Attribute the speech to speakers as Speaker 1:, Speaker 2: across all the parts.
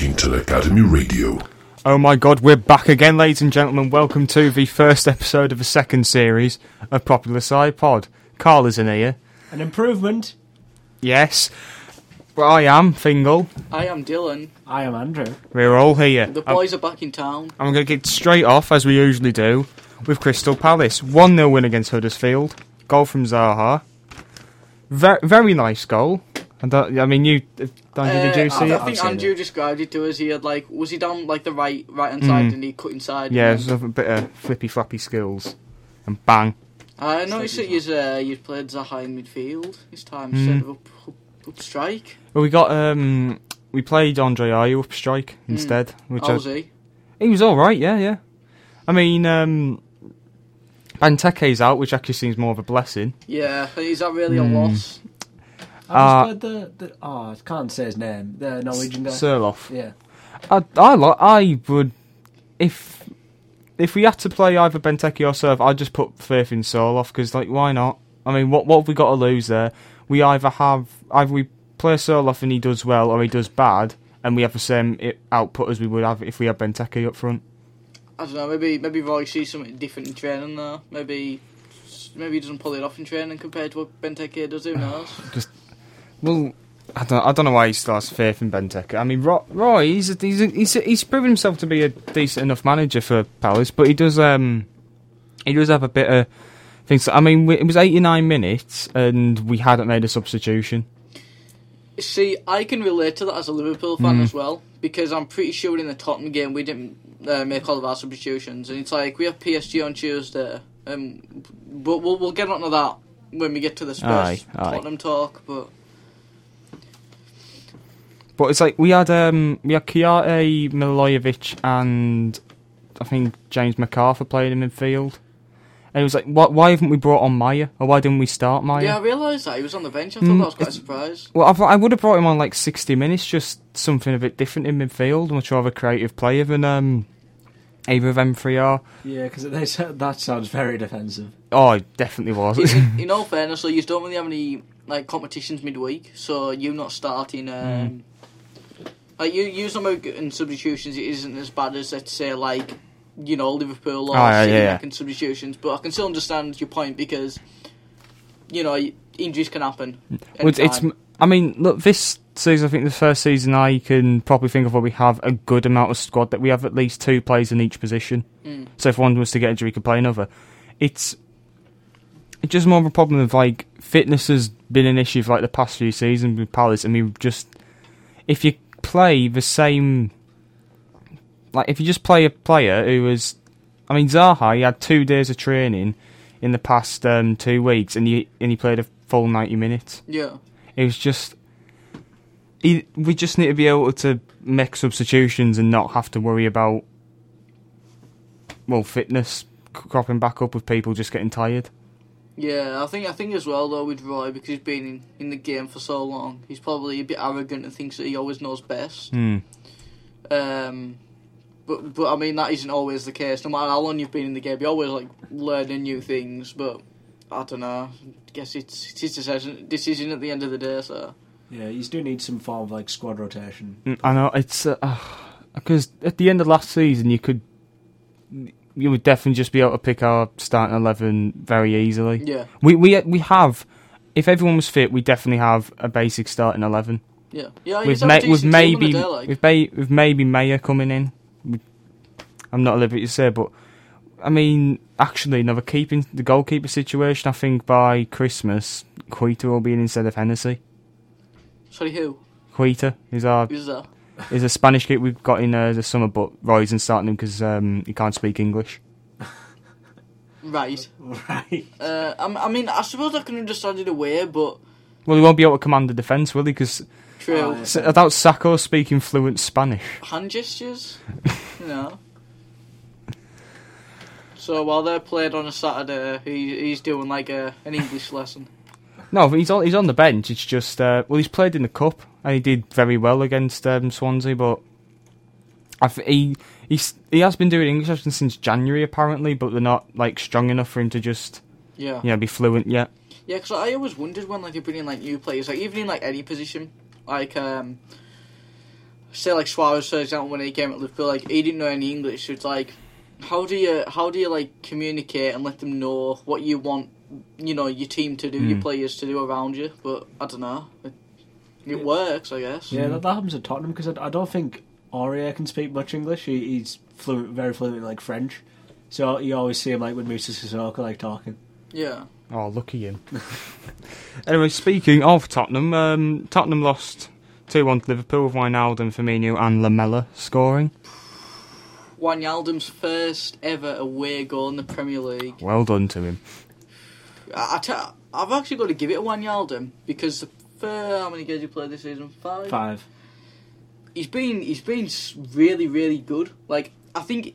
Speaker 1: Academy Radio.
Speaker 2: Oh my god, we're back again, ladies and gentlemen. Welcome to the first episode of the second series of Popular Sci Pod. Carl is in here.
Speaker 3: An improvement.
Speaker 2: Yes. Well, I am, Fingal.
Speaker 4: I am Dylan.
Speaker 3: I am Andrew.
Speaker 2: We're all here.
Speaker 4: The
Speaker 2: I'm,
Speaker 4: boys are back in town.
Speaker 2: I'm going to get straight off, as we usually do, with Crystal Palace. 1 0 win against Huddersfield. Goal from Zaha. Very, very nice goal. And that, I mean, you, Daniel, did you
Speaker 4: Uh,
Speaker 2: see
Speaker 4: I,
Speaker 2: it?
Speaker 4: I think Andrew described it to us. He had like, was he down like the right, right hand side, and he cut inside.
Speaker 2: Mm. Yeah,
Speaker 4: And
Speaker 2: it's a bit of flippy flappy skills. And bang.
Speaker 4: I noticed that you've uh, you played Zaha in midfield this time instead
Speaker 2: Mm.
Speaker 4: of up, up, up strike.
Speaker 2: Well, we got um, we played Andre Ayew up strike instead, which
Speaker 4: How
Speaker 2: I,
Speaker 4: Oh, was he?
Speaker 2: he was all right. Yeah, yeah. I mean, um, Banteke's out, which actually seems more of a blessing.
Speaker 4: Yeah, is that really
Speaker 2: Hmm.
Speaker 4: a loss?
Speaker 2: Uh,
Speaker 3: I just played the, the oh, I can't say his name. The Norwegian guy.
Speaker 2: Surloff.
Speaker 3: yeah.
Speaker 2: I, I, lo- I would, if if we had to play either Benteke or Serve, I'd just put faith in Soloff because, like, why not? I mean, what what have we got to lose there? We either have either we play Soloff and he does well, or he does bad, and we have the same i output as we would have if we had Benteke up front.
Speaker 4: I don't know. Maybe maybe Roy sees something different in training though. Maybe maybe he doesn't pull it off in training compared to what Benteke does. Who knows?
Speaker 2: Well, I don't, I don't know why he still has faith in Benteke. I mean, Roy, Roy he's, a, he's, a, he's, a, he's proven himself to be a decent enough manager for Palace, but he does um he does have a bit of things. I mean, we, it was 89 minutes and we hadn't made a substitution.
Speaker 4: See, I can relate to that as a Liverpool
Speaker 2: Mm.
Speaker 4: fan as well because I'm pretty sure in the Tottenham game we didn't uh, make all of our substitutions, and it's like we have PSG on Tuesday, um, but we'll we'll get onto that when we get to the Spurs
Speaker 2: Aye, aye.
Speaker 4: Tottenham talk. But
Speaker 2: But it's like we had um we had Kiarte Milojevic and I think James MacArthur playing in midfield. And it was like, why, why haven't we brought on Maya? Or why didn't we start Maya?
Speaker 4: yeah, I realised that he was on the bench. I
Speaker 2: Mm,
Speaker 4: thought that was quite a surprise.
Speaker 2: Well, I've, I would have brought him on like 60 minutes, just something a bit different in midfield, much more of a creative player than um, either of them three are.
Speaker 3: Yeah, because that sounds very defensive.
Speaker 2: Oh, it definitely was.
Speaker 4: in, in all fairness, though, you don't really have any like competitions midweek, so you not starting. Um,
Speaker 2: Hmm.
Speaker 4: Like you, you some of in substitutions, it isn't as bad as let's say like you know Liverpool or
Speaker 2: Oh, yeah,
Speaker 4: City
Speaker 2: yeah, yeah.
Speaker 4: making substitutions. But I can still understand your point because you know y- injuries can happen.
Speaker 2: Well, it's, it's,
Speaker 4: anytime.
Speaker 2: I mean, look, this season, I think the first season I can probably think of where we have a good amount of squad that we have at least two players in each position. So if one was to get injured, we could play another. It's it's just more of a problem of like fitness has been an issue for like the past few seasons with Palace. I mean, just if you play the same, like if you just play a player who was, I mean, Zaha, he had two days of training in the past um, two weeks, and he and he played a full ninety minutes.
Speaker 4: yeah.
Speaker 2: It was just. He, we just need to be able to make substitutions and not have to worry about. Well, fitness c- cropping back up with people just getting tired.
Speaker 4: Yeah, I think I think as well though with Roy because he's been in, in the game for so long, he's probably a bit arrogant and thinks that he always knows best.
Speaker 2: Hmm.
Speaker 4: Um, but but I mean that isn't always the case. No matter how long you've been in the game, you're always like learning new things. But I don't know. Guess it's it's his decision decision at the end of the day. So
Speaker 3: Yeah, you do need some form of like squad rotation.
Speaker 2: Mm, I know it's because at the end of last season you could you would definitely just be able to pick our starting eleven very easily.
Speaker 4: yeah,
Speaker 2: We we we have if everyone was fit, we definitely have a basic starting eleven.
Speaker 4: yeah, yeah. you
Speaker 2: with,
Speaker 4: just have a
Speaker 2: ma-
Speaker 4: decent
Speaker 2: with
Speaker 4: team on the
Speaker 2: maybe
Speaker 4: day, like.
Speaker 2: with, ba- with maybe Mayer coming in. We- I'm not at liberty to say, but I mean, actually, another keeping the goalkeeper situation. I think by Christmas, Quita will be in instead of Hennessy.
Speaker 4: sorry, who
Speaker 2: Quita is our
Speaker 4: who's that?
Speaker 2: is a Spanish keeper we've got in uh, the summer, but Roy's in starting him because um, he can't speak English.
Speaker 4: Right.
Speaker 3: Right.
Speaker 4: Uh, I'm- I mean, I suppose I can understand it away, but
Speaker 2: Well, he won't be able to command the defence, will he? Because
Speaker 4: true.
Speaker 3: Oh, yeah.
Speaker 2: I doubt Sacco speaking fluent Spanish.
Speaker 4: hand gestures. you know. So while they're played on a Saturday, he, he's doing like a an English lesson.
Speaker 2: No, but he's on he's on the bench. It's just uh, well, he's played in the cup and he did very well against um, Swansea, but I th- he he's, he has been doing English lessons since January apparently, but they're not like strong enough for him to just
Speaker 4: Yeah.
Speaker 2: you know be fluent yet.
Speaker 4: Yeah, because I always wondered when like they bring in like new players, like even in like any position, like um, say like Suarez for example when he came at Liverpool, like he didn't know any English. So it's like how do you how do you like communicate and let them know what you want, you know, your team to do, your
Speaker 2: Mm.
Speaker 4: players to do around you? But I don't know. It, it
Speaker 3: Yeah.
Speaker 4: works, I guess.
Speaker 3: Yeah, that, that happens at Tottenham because I, I don't think Aurier can speak much English. He, he's fluent, very fluent in like French. So you always see him like with Musa Sissoko like talking.
Speaker 4: Yeah.
Speaker 2: Oh, lucky him. anyway, speaking of Tottenham, um, Tottenham lost 2 1 to Liverpool with Wijnaldum, Firmino, and Lamella scoring.
Speaker 4: Wijnaldum's first ever away goal in the Premier League.
Speaker 2: Well done to him.
Speaker 4: I, I t- I've actually got to give it to Wijnaldum because the fir- how many games he played this season? Five.
Speaker 3: Five.
Speaker 4: He's been he's been s- really really good. Like I think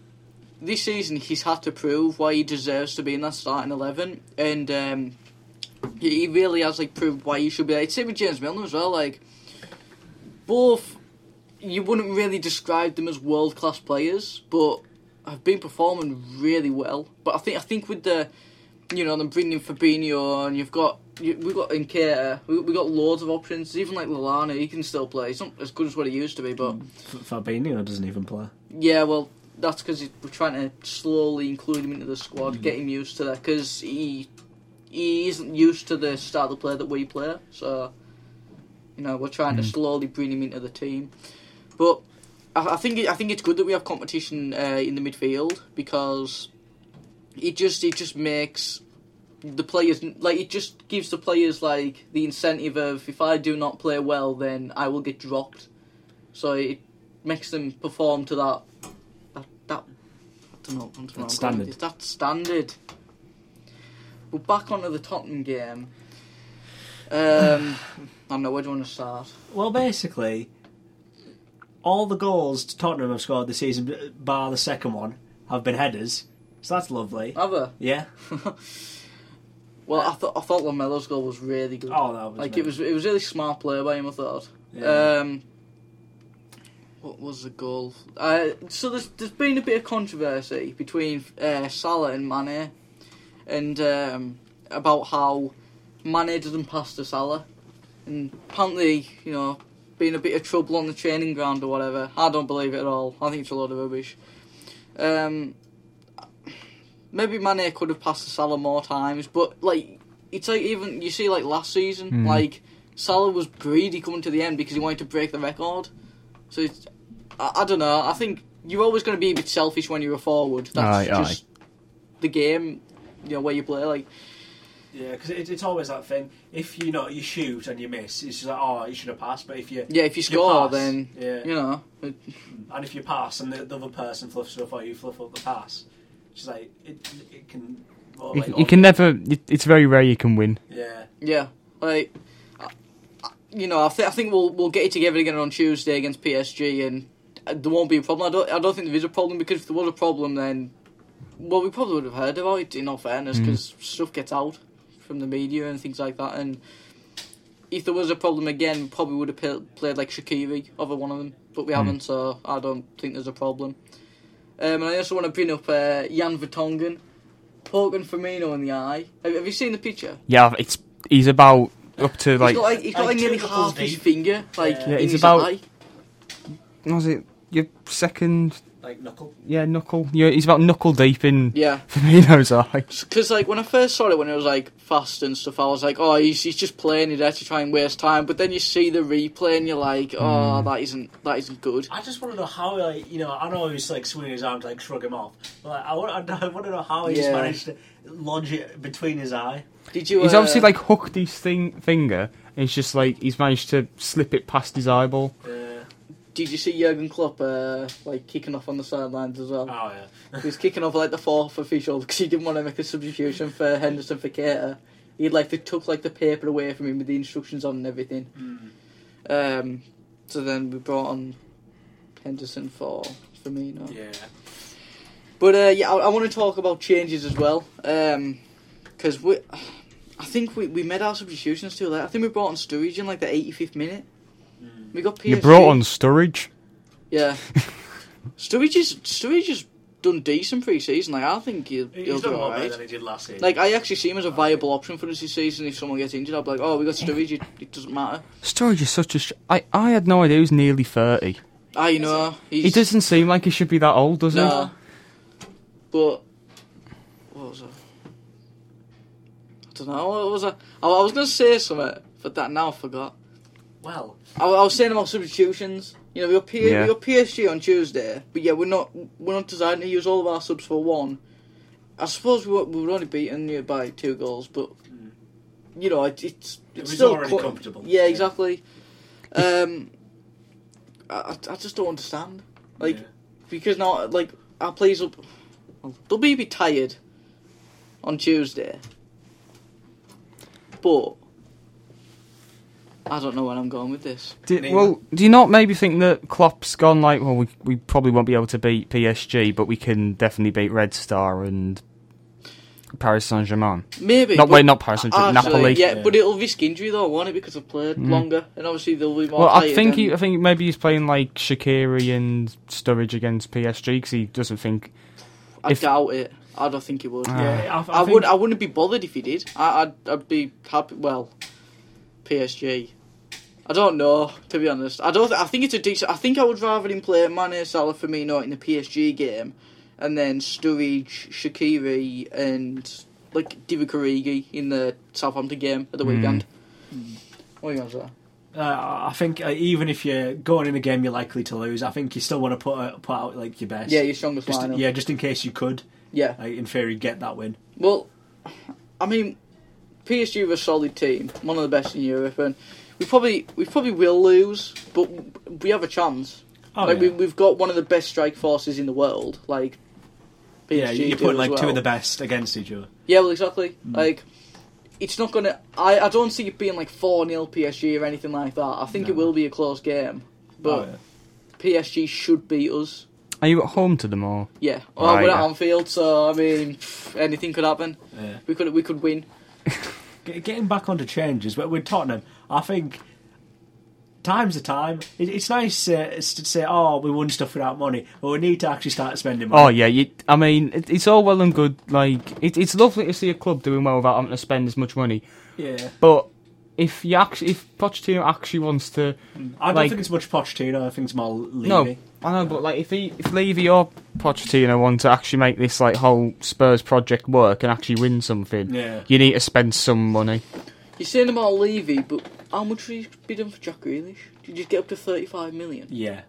Speaker 4: this season he's had to prove why he deserves to be in that starting eleven, and um, he he really has like proved why he should be there. It's same with James Milner as well. Like both, you wouldn't really describe them as world class players, but have been performing really well. But I think I think with the you know, them bringing in Fabinho and you've got you, we've got Nketa, we we got loads of options. Even like Lallana, he can still play. He's not as good as what he used to be, but
Speaker 3: F- Fabinho doesn't even play.
Speaker 4: yeah, well, that's because we're trying to slowly include him into the squad, get him used to that because he he isn't used to the style of play that we play. So you know, we're trying to slowly bring him into the team. But I, I think it, I think it's good that we have competition uh, in the midfield because it just it just makes the players like it just gives the players like the incentive of if I do not play well then I will get dropped. So it makes them perform to that that that I don't know, I don't know what I'm
Speaker 3: That
Speaker 4: calling
Speaker 3: standard.
Speaker 4: it. That standard. We're back onto the Tottenham game. Um, I don't know where do you want to start.
Speaker 3: Well, basically, all the goals Tottenham have scored this season, bar the second one, have been headers. So that's lovely.
Speaker 4: Other.
Speaker 3: Yeah.
Speaker 4: Well, I thought I thought Lamelo's goal was really good.
Speaker 3: Oh, that was
Speaker 4: like it was it was really smart play by him. I thought.
Speaker 3: Yeah.
Speaker 4: Um, what was the goal? Uh, so there's there's been a bit of controversy between uh, Salah and Mane, and um, about how Mane doesn't pass to Salah, and apparently you know been a bit of trouble on the training ground or whatever. I don't believe it at all. I think it's a load of rubbish. Um, maybe Mane could have passed to Salah more times, but like it's like even you see like last season,
Speaker 2: Hmm.
Speaker 4: like Salah was greedy coming to the end because he wanted to break the record. So it's, I, I don't know. I think you're always going to be a bit selfish when you're a forward. That's
Speaker 2: Aye, aye.
Speaker 4: just the game, you know, where you play. Like
Speaker 3: Yeah, because it, it's always that thing. If you know you shoot and you miss, it's just like oh, you should have passed. But if you
Speaker 4: yeah, if you
Speaker 3: You
Speaker 4: score,
Speaker 3: pass,
Speaker 4: then
Speaker 3: yeah.
Speaker 4: you know. It,
Speaker 3: and if you pass and the, the other person fluffs it up or you fluff up the pass, it's just like it, it can. well,
Speaker 2: You,
Speaker 3: like,
Speaker 2: can- you can never. it- It's very rare you can win.
Speaker 3: Yeah.
Speaker 4: Yeah, like I- I- you know, I, th- I think we'll we'll get it together again on Tuesday against PSG, and uh, there won't be a problem. I don't I don't think there is a problem because if there was a problem, then well, we probably would have heard about it. In all fairness,
Speaker 2: Mm.
Speaker 4: because stuff gets out from the media and things like that, and if there was a problem again, we probably would have pl- played like Shakiri over one of them, but we haven't, so I don't think there's a problem. Um, and I also want to bring up uh, Jan Vertonghen, poking Firmino in the eye. Have, have you seen the picture?
Speaker 2: Yeah, it's he's about up to like.
Speaker 4: he's got like, he's got
Speaker 3: Like
Speaker 4: like nearly
Speaker 3: two
Speaker 4: half his
Speaker 3: deep.
Speaker 4: finger, like
Speaker 3: Yeah,
Speaker 4: in
Speaker 2: it's
Speaker 4: his
Speaker 2: about-
Speaker 4: eye.
Speaker 2: what was it your second?
Speaker 3: Like knuckle.
Speaker 2: Yeah, knuckle. Yeah, he's about knuckle deep in
Speaker 4: Yeah,
Speaker 2: Firmino's eye.
Speaker 4: because like when I first saw it, when it was like fast and stuff, I was like, oh, he's, he's just playing it there to try and waste time. But then you see the replay, and you're like, oh,
Speaker 2: Hmm.
Speaker 4: that isn't that isn't good.
Speaker 3: I just want to know how, like, you know, I know he's like swinging his arm to like shrug him off, but like, I want, I want to know how he just
Speaker 4: Yeah.
Speaker 3: managed to lodge it between his eye.
Speaker 4: Did you?
Speaker 2: He's
Speaker 4: uh,
Speaker 2: obviously like hooked his thing finger. And it's just like he's managed to slip it past his eyeball.
Speaker 3: Uh, oh
Speaker 4: Did you see Jurgen Klopp uh, like kicking off on the sidelines as well?
Speaker 3: Oh, yeah.
Speaker 4: He was kicking off like the fourth official because he didn't want to make a substitution for Henderson for Cater. He like they took like the paper away from him with the instructions on and everything. Um, so then we brought on Henderson for Firmino.
Speaker 3: Yeah.
Speaker 4: But uh, yeah, I, I want to talk about changes as well because we. I think we, we made our substitutions too late. I think we brought on Sturridge in like the 85th minute. We got PSG.
Speaker 2: You brought on Sturridge.
Speaker 4: Yeah. Sturridge is Sturridge has done decent pre-season. Like I think he'll,
Speaker 3: He-
Speaker 4: he'll
Speaker 3: He's done a
Speaker 4: do
Speaker 3: lot better
Speaker 4: alright.
Speaker 3: than he did last season.
Speaker 4: Like I actually see him as a viable option for us this season. If someone gets injured, I'll be like, oh, we got Sturridge. It, it doesn't matter.
Speaker 2: Sturridge is such a. Sh- I I had no idea he was nearly thirty.
Speaker 4: I know. He's,
Speaker 2: He doesn't seem like he should be that old, does
Speaker 4: Nah. But what was I? I don't know. What was I? I, I was gonna say something, but that now I forgot.
Speaker 3: Well,
Speaker 4: I, I was saying about substitutions. You know, we were, P-
Speaker 2: Yeah.
Speaker 4: we were PSG on Tuesday, but yeah, we're not we're not deciding to use all of our subs for one. I suppose we were, we were only beaten you know, by two goals, but you know, it, it's
Speaker 3: was
Speaker 4: it's still
Speaker 3: already
Speaker 4: quite-
Speaker 3: comfortable.
Speaker 4: Yeah, exactly. Um, I I- I just don't understand, like
Speaker 3: yeah.
Speaker 4: because now like our players will they'll be, be tired on Tuesday, but I don't know where I'm going with this.
Speaker 2: he?
Speaker 3: Neither.
Speaker 2: Do, well, do you not maybe think that Klopp's gone like, well, we, we probably won't be able to beat PSG, but we can definitely beat Red Star and Paris Saint Germain?
Speaker 4: Maybe.
Speaker 2: Not-
Speaker 4: but-
Speaker 2: wait, not Paris Saint-Germain,
Speaker 4: Actually,
Speaker 2: Napoli. Mm.
Speaker 4: Yeah,
Speaker 3: Yeah.
Speaker 4: but it'll risk injury though, won't it? Because I've played longer, and obviously they'll be more.
Speaker 2: Well, I
Speaker 4: tired
Speaker 2: think
Speaker 4: and-
Speaker 2: he, I think maybe he's playing like Shakiri and Sturridge against PSG because he doesn't think.
Speaker 4: I
Speaker 2: if- Ah.
Speaker 4: doubt it. I don't think he would.
Speaker 3: yeah, I,
Speaker 4: I,
Speaker 3: I, think,
Speaker 4: would. I wouldn't be bothered if he did. I, I'd. I'd be happy. Well, PSG. I don't know. To be honest, I don't. Th- I think it's a decent. I think I would rather him play Mane, Salah, Firmino in the PSG game, and then Sturridge, Shakiri, and like Divock Origi in the Southampton game at the
Speaker 2: Hmm.
Speaker 4: weekend.
Speaker 3: Hmm.
Speaker 4: What are you gonna say?
Speaker 3: uh, I think uh, even if you're going in a game you're likely to lose, I think you still want to put uh, put out like your best.
Speaker 4: Yeah, your strongest
Speaker 3: just
Speaker 4: lineup.
Speaker 3: yeah, just in case you could,
Speaker 4: yeah.
Speaker 3: like, in theory, get that win.
Speaker 4: Well, I mean, PSG were a solid team, one of the best in Europe, and we probably we probably will lose, but we have a chance.
Speaker 3: Oh,
Speaker 4: like
Speaker 3: yeah.
Speaker 4: we, we've got one of the best strike forces in the world. Like PSG
Speaker 3: yeah,
Speaker 4: do
Speaker 3: you're putting like
Speaker 4: as
Speaker 3: two
Speaker 4: well.
Speaker 3: of the Mm. best against each other.
Speaker 4: Yeah, well, exactly. Like it's not gonna. I, I don't see it being like four 0 PSG or anything like that. I think it
Speaker 3: No.
Speaker 4: will be a close game, but
Speaker 3: Oh,
Speaker 4: PSG should beat us.
Speaker 2: Are you at home to them or?
Speaker 4: Yeah,
Speaker 3: Oh,
Speaker 4: well,
Speaker 2: Right,
Speaker 4: we're at
Speaker 2: yeah.
Speaker 4: Anfield, so I mean, anything could happen.
Speaker 3: yeah. yeah.
Speaker 4: We could we could win.
Speaker 3: G- Getting back onto changes, but with Tottenham, I think time's the time. It, it's nice uh, it's to say, "Oh, we won stuff without money," but we need to actually start spending money.
Speaker 2: Oh yeah, you, I mean it, it's all well and good. Like it, it's lovely to see a club doing well without having to spend as much money.
Speaker 3: yeah,
Speaker 2: But if you actually, if Pochettino actually wants to,
Speaker 3: I don't
Speaker 2: Like-
Speaker 3: think it's much Pochettino. I think it's more Levy.
Speaker 2: no, I know, but like if he, if Levy or Pochettino want to actually make this like whole Spurs project work and actually win something,
Speaker 3: Yeah.
Speaker 2: you need to spend some money.
Speaker 4: You're saying about Levy, but how much would you be done for Jack Grealish? Did you get up to 35 million?
Speaker 3: Yeah.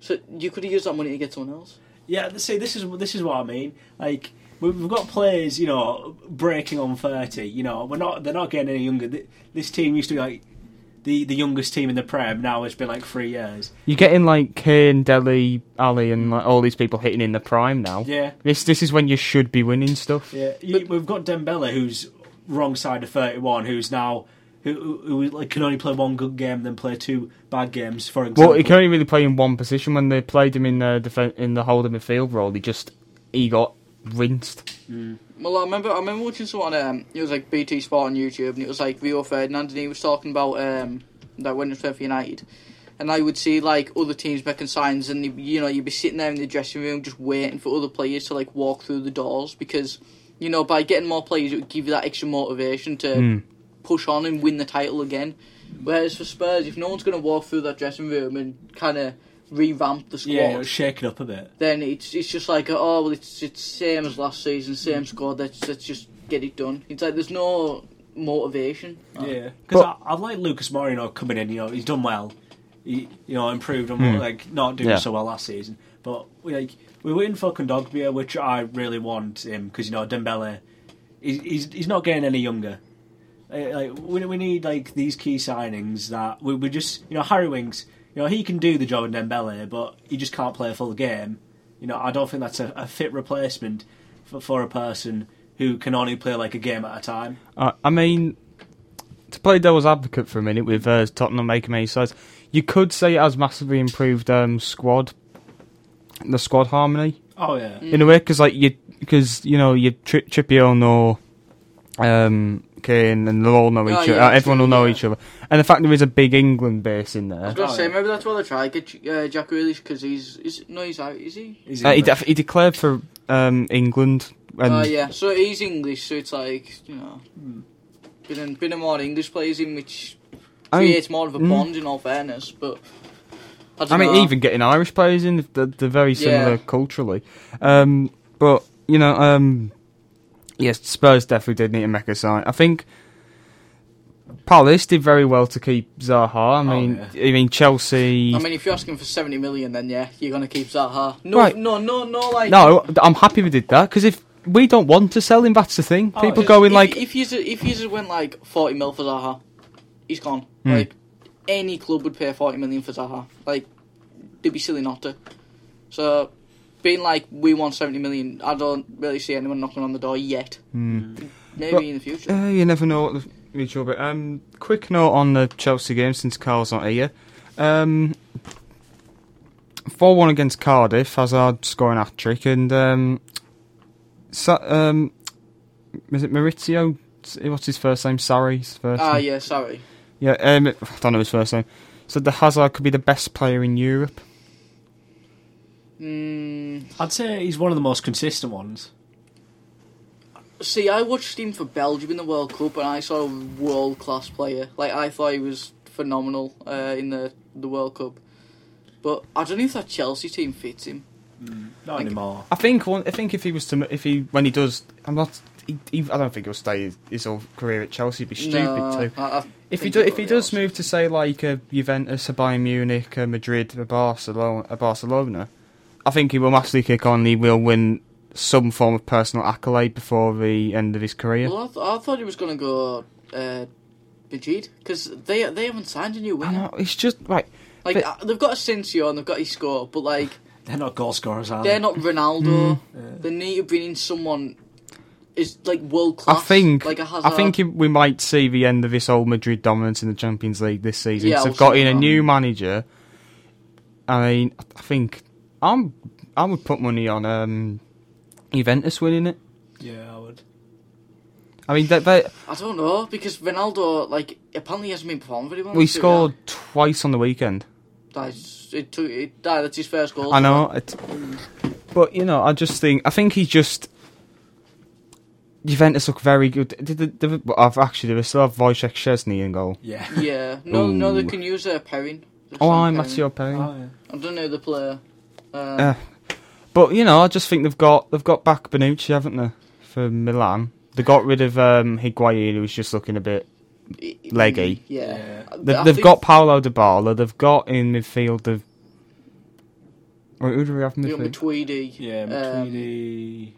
Speaker 4: So you could have used that money to get someone else.
Speaker 3: Yeah, th- see, this is this is what I mean. Like we've we've got players, you know, breaking on thirty. You know, we're not they're not getting any younger. Th- This team used to be like the the youngest team in the Prem. Now it's been like three years.
Speaker 2: You're getting like Kane, Delhi, Ali, and like all these people hitting in the prime now.
Speaker 3: Yeah,
Speaker 2: This this is when you should be winning stuff.
Speaker 3: yeah. You- we've got Dembele, who's wrong side of thirty-one, who's now who, who who, like can only play one good game, then play two bad games. For example,
Speaker 2: Well, he can only really play in one position. When they played him in the defen- in the holding midfield role, he just he got rinsed.
Speaker 4: Well, I remember I remember watching someone. Um, it was like BT Sport on YouTube, and it was like Rio Ferdinand, and he was talking about um that when he was playing for United, and I would see like other teams making signs, and you- you know you'd be sitting there in the dressing room just waiting for other players to like walk through the doors because you know by getting more players it would give you that extra motivation to push on and win the title again. Whereas for Spurs, if no one's going to walk through that dressing room and kind of revamp the squad,
Speaker 3: yeah, it was shaken up a bit.
Speaker 4: then it's it's just like oh well it's it's same as last season,
Speaker 2: Mm.
Speaker 4: same squad. Let's let's just get it done. It's like there's no motivation.
Speaker 3: Yeah, because
Speaker 2: But-
Speaker 3: I, I like Lucas Moreno coming in. You know, he's done well. He, you know, improved on like not doing
Speaker 2: Hmm. Yeah.
Speaker 3: so well last season. But we like we're waiting for Kondogbia, which I really want him because you know Dembele, he's, he's he's not getting any younger. Like like, we, we need like these key signings that we we just you know Harry Winks, you know he can do the job in Dembele, but he just can't play a full game. You know, I don't think that's a, a fit replacement for, for a person who can only play like a game at a time.
Speaker 2: Uh, I mean, to play devil's advocate for a minute with uh, Tottenham making many sides, you could say it has massively improved um, squad, the squad harmony
Speaker 3: Oh yeah.
Speaker 2: in a way because like you because you know you tri- Trippier will know um, Kane and they'll all know
Speaker 4: Oh,
Speaker 2: each
Speaker 4: yeah,
Speaker 2: other. Everyone will know
Speaker 4: yeah.
Speaker 2: each other, and the fact there is a big England base in
Speaker 4: I was
Speaker 2: there.
Speaker 4: gonna
Speaker 3: Oh,
Speaker 4: say
Speaker 3: yeah.
Speaker 4: maybe that's why they tried get uh, Jack Grealish because he's is no he's out is he?
Speaker 3: He's
Speaker 2: Uh, he,
Speaker 3: English.
Speaker 2: def- he declared for um, England. And Hmm.
Speaker 4: Oh yeah, so he's English, so it's like you know, been in, been in more English players in which
Speaker 2: I mean,
Speaker 4: creates more of a
Speaker 2: mm.
Speaker 4: bond in all fairness, but. I, don't
Speaker 2: I mean,
Speaker 4: know.
Speaker 2: even getting Irish players in, they're, they're very similar
Speaker 4: Yeah.
Speaker 2: culturally. Um, but, you know, um, yes, Spurs definitely did need to make a sign. I think Palace did very well to keep Zaha. I mean, I mean Chelsea.
Speaker 4: Oh, I mean, if you're asking for 70 million, then yeah, you're going to keep Zaha. No,
Speaker 2: Right.
Speaker 4: no, no, no, like.
Speaker 2: no, I'm happy we did that because if we don't want to sell him, that's the thing.
Speaker 3: Oh,
Speaker 2: People
Speaker 3: yeah.
Speaker 2: go in
Speaker 4: if,
Speaker 2: like,
Speaker 4: If you if you went like 40 mil for Zaha, he's gone.
Speaker 2: Hmm.
Speaker 4: Like, any club would pay 40 million for Zaha. Like, they'd be silly not to. So, being like, we want 70 million, I don't really see anyone knocking on the door yet. Maybe
Speaker 2: But-
Speaker 4: in the future.
Speaker 2: Hmm. Uh, you never know what the future will be. Um, quick note on the Chelsea game since Carl's not here. Um, 4 1 against Cardiff, Hazard scoring hat trick, and um, Sa- um, is it Maurizio? S- What's his first name? Sarri's first
Speaker 4: Ah,
Speaker 2: name.
Speaker 4: yeah, sorry.
Speaker 2: Yeah, um, I don't know his first name. Said the Hazard could be the best player in Europe.
Speaker 4: Mm,
Speaker 3: I'd say he's one of the most consistent ones.
Speaker 4: see, I watched him for Belgium in the World Cup, and I saw a world class player. Like, I thought he was phenomenal uh, in the, the World Cup. But I don't know if that Chelsea team fits him.
Speaker 3: Not
Speaker 4: Like-
Speaker 3: anymore.
Speaker 2: I think one, I think if he was to m- if he when he does, I'm not. He, he, I don't think he'll stay his, his whole career at Chelsea. It'd be stupid
Speaker 4: No,
Speaker 2: to.
Speaker 4: I- I
Speaker 2: If he
Speaker 4: think
Speaker 2: do,
Speaker 4: I've
Speaker 2: if
Speaker 4: got
Speaker 2: he
Speaker 4: the
Speaker 2: does
Speaker 4: odds.
Speaker 2: move to say like a Juventus, a Bayern Munich, a Madrid, a Barcelona, a Barcelona, I think he will massively kick on. and He will win some form of personal accolade before the end of his career.
Speaker 4: well, I, th- I thought he was going to go uh, Majid because they they haven't signed a new
Speaker 2: I
Speaker 4: winger.
Speaker 2: know it's just right.
Speaker 4: Like
Speaker 2: but-
Speaker 4: uh, they've got Asensio and they've got Isco, but like
Speaker 3: They're not goal scorers, are
Speaker 4: they're
Speaker 3: they?
Speaker 4: not
Speaker 2: Mm.
Speaker 4: Ronaldo. They need to bring in someone is like world class.
Speaker 2: I think
Speaker 4: like a Hazard.
Speaker 2: I think he- we might see the end of this old Madrid dominance in the Champions League this season.
Speaker 4: Yeah,
Speaker 2: So
Speaker 4: I'll
Speaker 2: they've got
Speaker 4: say
Speaker 2: in a
Speaker 4: that.
Speaker 2: new manager. I mean, I think I'm I would put money on um, Juventus winning it.
Speaker 3: Yeah, I would.
Speaker 2: I mean, they, they,
Speaker 4: I don't know because Ronaldo like apparently hasn't been performing very well.
Speaker 2: we
Speaker 4: in Serie A.
Speaker 2: scored twice on the weekend.
Speaker 4: That's it. Took, it that- that's his first goal.
Speaker 2: I know, it, but you know, I just think I think he's just Juventus look very good. Did the, did the- well, I've actually do they still have Wojciech Szczesny in goal?
Speaker 3: Yeah.
Speaker 4: Yeah. No, no, they
Speaker 2: Ooh.
Speaker 4: can use uh, Perrin.
Speaker 2: Oh, I'm
Speaker 4: Perrin.
Speaker 2: Matteo Perrin.
Speaker 3: Oh, yeah.
Speaker 4: I don't know the player. Uh,
Speaker 2: Uh, but you know, I just think they've got they've got back Benucci, haven't they, for Milan? They got rid of um, Higuain, who was just looking a bit. leggy.
Speaker 4: Yeah.
Speaker 3: Yeah.
Speaker 2: They,
Speaker 4: I
Speaker 2: they've
Speaker 4: think-
Speaker 2: got Paolo Dybala. They've got in midfield of. Wait, who do we have in
Speaker 4: You got
Speaker 2: midfield?
Speaker 4: Tweedy.
Speaker 3: Yeah,
Speaker 4: Um,
Speaker 3: Matuidi.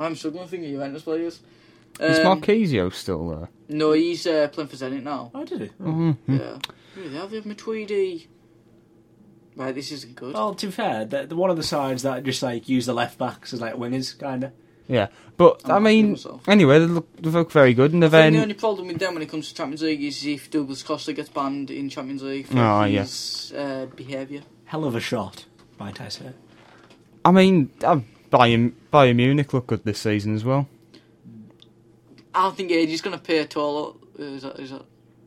Speaker 4: I'm struggling thinking of Juventus players.
Speaker 2: Is
Speaker 4: Um,
Speaker 2: Marquisio still there?
Speaker 4: No, he's uh, playing for Zenit now.
Speaker 3: oh, did he? Oh.
Speaker 2: Mhm.
Speaker 4: Yeah. Who the hell did Matuidi? Right, this isn't
Speaker 2: Oh,
Speaker 4: good.
Speaker 3: Well, to be fair, the, the, one of the sides that just like use the left backs as like wingers, kind of.
Speaker 2: Yeah, but
Speaker 4: I'm
Speaker 2: I
Speaker 4: not sure
Speaker 2: mean,
Speaker 4: myself.
Speaker 2: anyway, they look, they look very good, and
Speaker 4: I think the
Speaker 2: then
Speaker 4: only problem with them when it comes to Champions League is if Douglas Costa gets banned in Champions League for
Speaker 2: Oh, yeah.
Speaker 4: his uh, behaviour.
Speaker 3: Hell of a shot, might I say.
Speaker 2: I mean, uh, Bayern Bayern Munich look good this season as well.
Speaker 4: I don't think Adrian's going to pay a toll. Uh, Is that, is, that,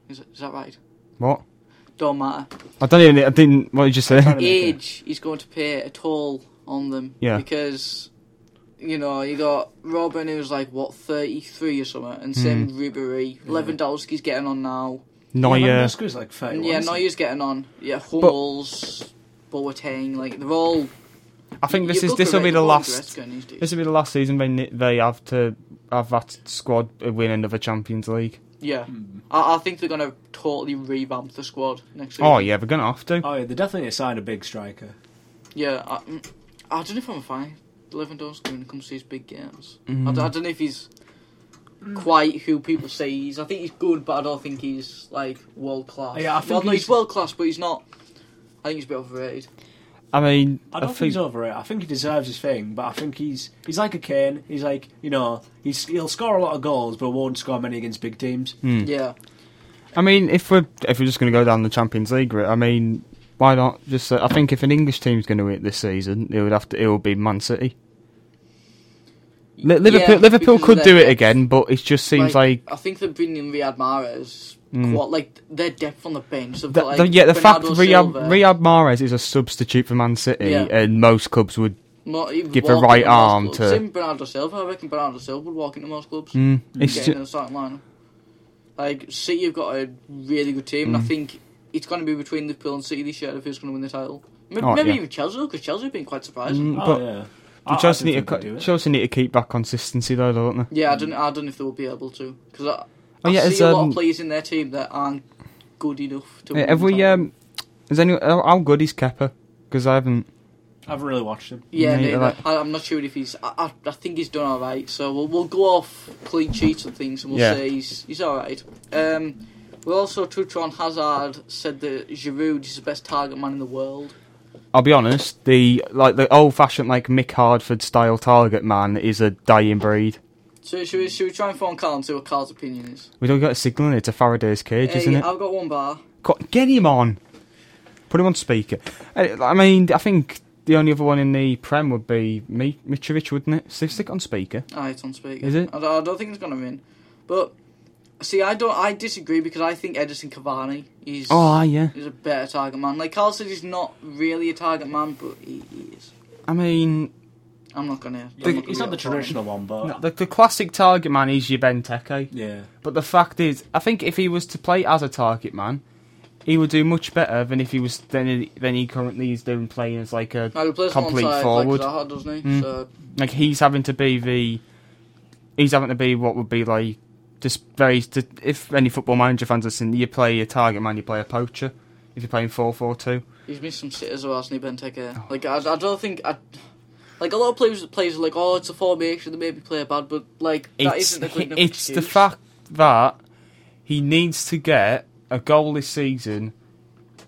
Speaker 4: is, that, is that right?
Speaker 2: What?
Speaker 4: Don't matter.
Speaker 2: I don't even. I didn't. What did you say?
Speaker 3: Trying to make it.
Speaker 4: age is going to pay a toll on them.
Speaker 2: Yeah.
Speaker 4: Because, you know, you got Robin who's like, what, 33 or something, and same
Speaker 2: Hmm.
Speaker 4: Ribery. Lewandowski's getting on now.
Speaker 2: Neuer.
Speaker 3: Lewandowski was like 31.
Speaker 4: And yeah,
Speaker 3: isn't he?
Speaker 4: Neuer's getting on. Yeah, Hummels, Boateng, like, they're all.
Speaker 2: I think this
Speaker 4: you
Speaker 2: is
Speaker 4: look at
Speaker 2: this will be
Speaker 4: it,
Speaker 2: the
Speaker 4: all
Speaker 2: last.
Speaker 4: Goretzka and these dudes.
Speaker 2: This will be the last season when they- they have to have that squad win another Champions League.
Speaker 4: Yeah. I, I think they're going to totally revamp the squad next season.
Speaker 2: Oh yeah, we're gonna have to.
Speaker 3: Oh, yeah, they definitely need to sign a big striker.
Speaker 4: Yeah, I, mm, I don't know if I'm a fan. of Lewandowski when it comes to his big games.
Speaker 2: Mm.
Speaker 4: I, d- I don't know if he's
Speaker 3: Mm.
Speaker 4: quite who people say he is. I think he's good, but I don't think he's like world class.
Speaker 3: Yeah, I think
Speaker 4: well, no, he's,
Speaker 3: he's-
Speaker 4: world class, but he's not. I think he's a bit overrated.
Speaker 2: I mean,
Speaker 3: I don't think, he's over it. I think he deserves his thing, but I think he's he's like a Kane. He's like you know he's he'll score a lot of goals, but won't score many against big teams.
Speaker 2: Hmm.
Speaker 4: Yeah,
Speaker 2: I mean, if we're if we're just going to go down the Champions League route, I mean, why not just? Uh, I think if an English team's going to win it this season, it would have to. It would be Man City. Li- Liverpool
Speaker 4: Yeah,
Speaker 2: Liverpool
Speaker 4: because
Speaker 2: could
Speaker 4: of
Speaker 2: do
Speaker 4: their
Speaker 2: it
Speaker 4: depth.
Speaker 2: again, but it just seems like. Hmm.
Speaker 4: I think they're bringing Riyad Mahrez. Quite, like their depth on the bench. They've
Speaker 2: the,
Speaker 4: got, like,
Speaker 2: the- yeah, the fact
Speaker 4: Bernardo
Speaker 2: Riyad,
Speaker 4: Silva,
Speaker 2: Riyad Mahrez is a substitute for Man City,
Speaker 4: Yeah.
Speaker 2: and most clubs would.
Speaker 4: Mo- he'd
Speaker 2: give the
Speaker 4: walk into
Speaker 2: right
Speaker 4: most
Speaker 2: arm
Speaker 4: clubs.
Speaker 2: to-
Speaker 4: Same Bernardo Silva. I reckon Bernardo Silva would walk into most clubs.
Speaker 2: Mm, it's
Speaker 4: getting
Speaker 2: ju- Mm.
Speaker 4: in the starting lineup. Like City have got a really good team, and I think it's going to be between Liverpool and City this year of who's going to win the title. Maybe,
Speaker 2: Oh,
Speaker 4: maybe
Speaker 2: yeah.
Speaker 4: even Chelsea because Chelsea have been quite surprising.
Speaker 2: Mm,
Speaker 3: Oh,
Speaker 2: but
Speaker 3: yeah.
Speaker 2: they
Speaker 3: I- I
Speaker 2: Chelsea
Speaker 3: didn't
Speaker 2: need
Speaker 3: think
Speaker 2: to
Speaker 3: they'd do
Speaker 2: cu-
Speaker 3: it.
Speaker 2: Chelsea need to keep that consistency though, don't they?
Speaker 4: Yeah, I don't I don't know if they'll be able to because I,
Speaker 2: Mm. Oh,
Speaker 4: I
Speaker 2: yeah, it's,
Speaker 4: see a lot
Speaker 2: um,
Speaker 4: of players in their team that aren't good enough to.
Speaker 2: Yeah,
Speaker 4: win
Speaker 2: have
Speaker 4: the
Speaker 2: we?
Speaker 4: title.
Speaker 2: Um, is any how how good is Kepper? Because I haven't.
Speaker 3: I've really watched him.
Speaker 4: Yeah,
Speaker 2: Yeah,
Speaker 4: neither.
Speaker 2: like-
Speaker 4: I, I'm not sure if he's. I, I, I think he's done all right. So we'll we'll go off clean sheets and things, and we'll
Speaker 2: Yeah.
Speaker 4: say he's he's all right. Um, we also Tutron Hazard said that Giroud is the best target man in the world.
Speaker 2: I'll be honest. The like the old fashioned like Mick Hardford style target man is a dying breed.
Speaker 4: So should we, should we try and phone Carl and see what Carl's opinion is?
Speaker 2: We don't get a signal in it. It's a Faraday's cage,
Speaker 4: Hey,
Speaker 2: isn't it?
Speaker 4: I've got one bar.
Speaker 2: Co- Get him on. Put him on speaker. I I mean, I think the only other one in the Prem would be Mi- Mitrovic, wouldn't it? So stick it on speaker.
Speaker 4: Ah, it's on speaker.
Speaker 2: Is it?
Speaker 4: I don't, I don't think it's gonna win, but see, I don't. I disagree because I think Edison Cavani is
Speaker 2: Oh, aye, yeah.
Speaker 4: is a better target man. Like Carl said, he's not really a target man, but he, he is.
Speaker 2: I mean,
Speaker 4: I'm not gonna.
Speaker 3: Yeah,
Speaker 4: I'm gonna
Speaker 3: he's not the
Speaker 4: get upset.
Speaker 3: traditional one, but
Speaker 2: the, the classic target man is your Benteke.
Speaker 3: yeah,
Speaker 2: But the fact is, I think if he was to play as a target man, he would do much better than if he was than he, than he currently is doing playing as like a
Speaker 4: No, he plays
Speaker 2: complete
Speaker 4: alongside,
Speaker 2: forward.
Speaker 4: Like Zaha, doesn't he?
Speaker 2: Mm.
Speaker 4: So
Speaker 2: like he's having to be the he's having to be what would be like just very if any football manager fans are listening, you play a target man, you play a poacher. If you're playing four four two,
Speaker 4: he's missed some sitters of Arsene
Speaker 2: Oh.
Speaker 4: Benteke. Like I, I don't think I. Like a lot of players, players are like, oh, it's a formation that maybe play bad, but like that
Speaker 2: it's
Speaker 4: isn't a good enough
Speaker 2: it's the
Speaker 4: excuse.
Speaker 2: fact that he needs to get a goal this season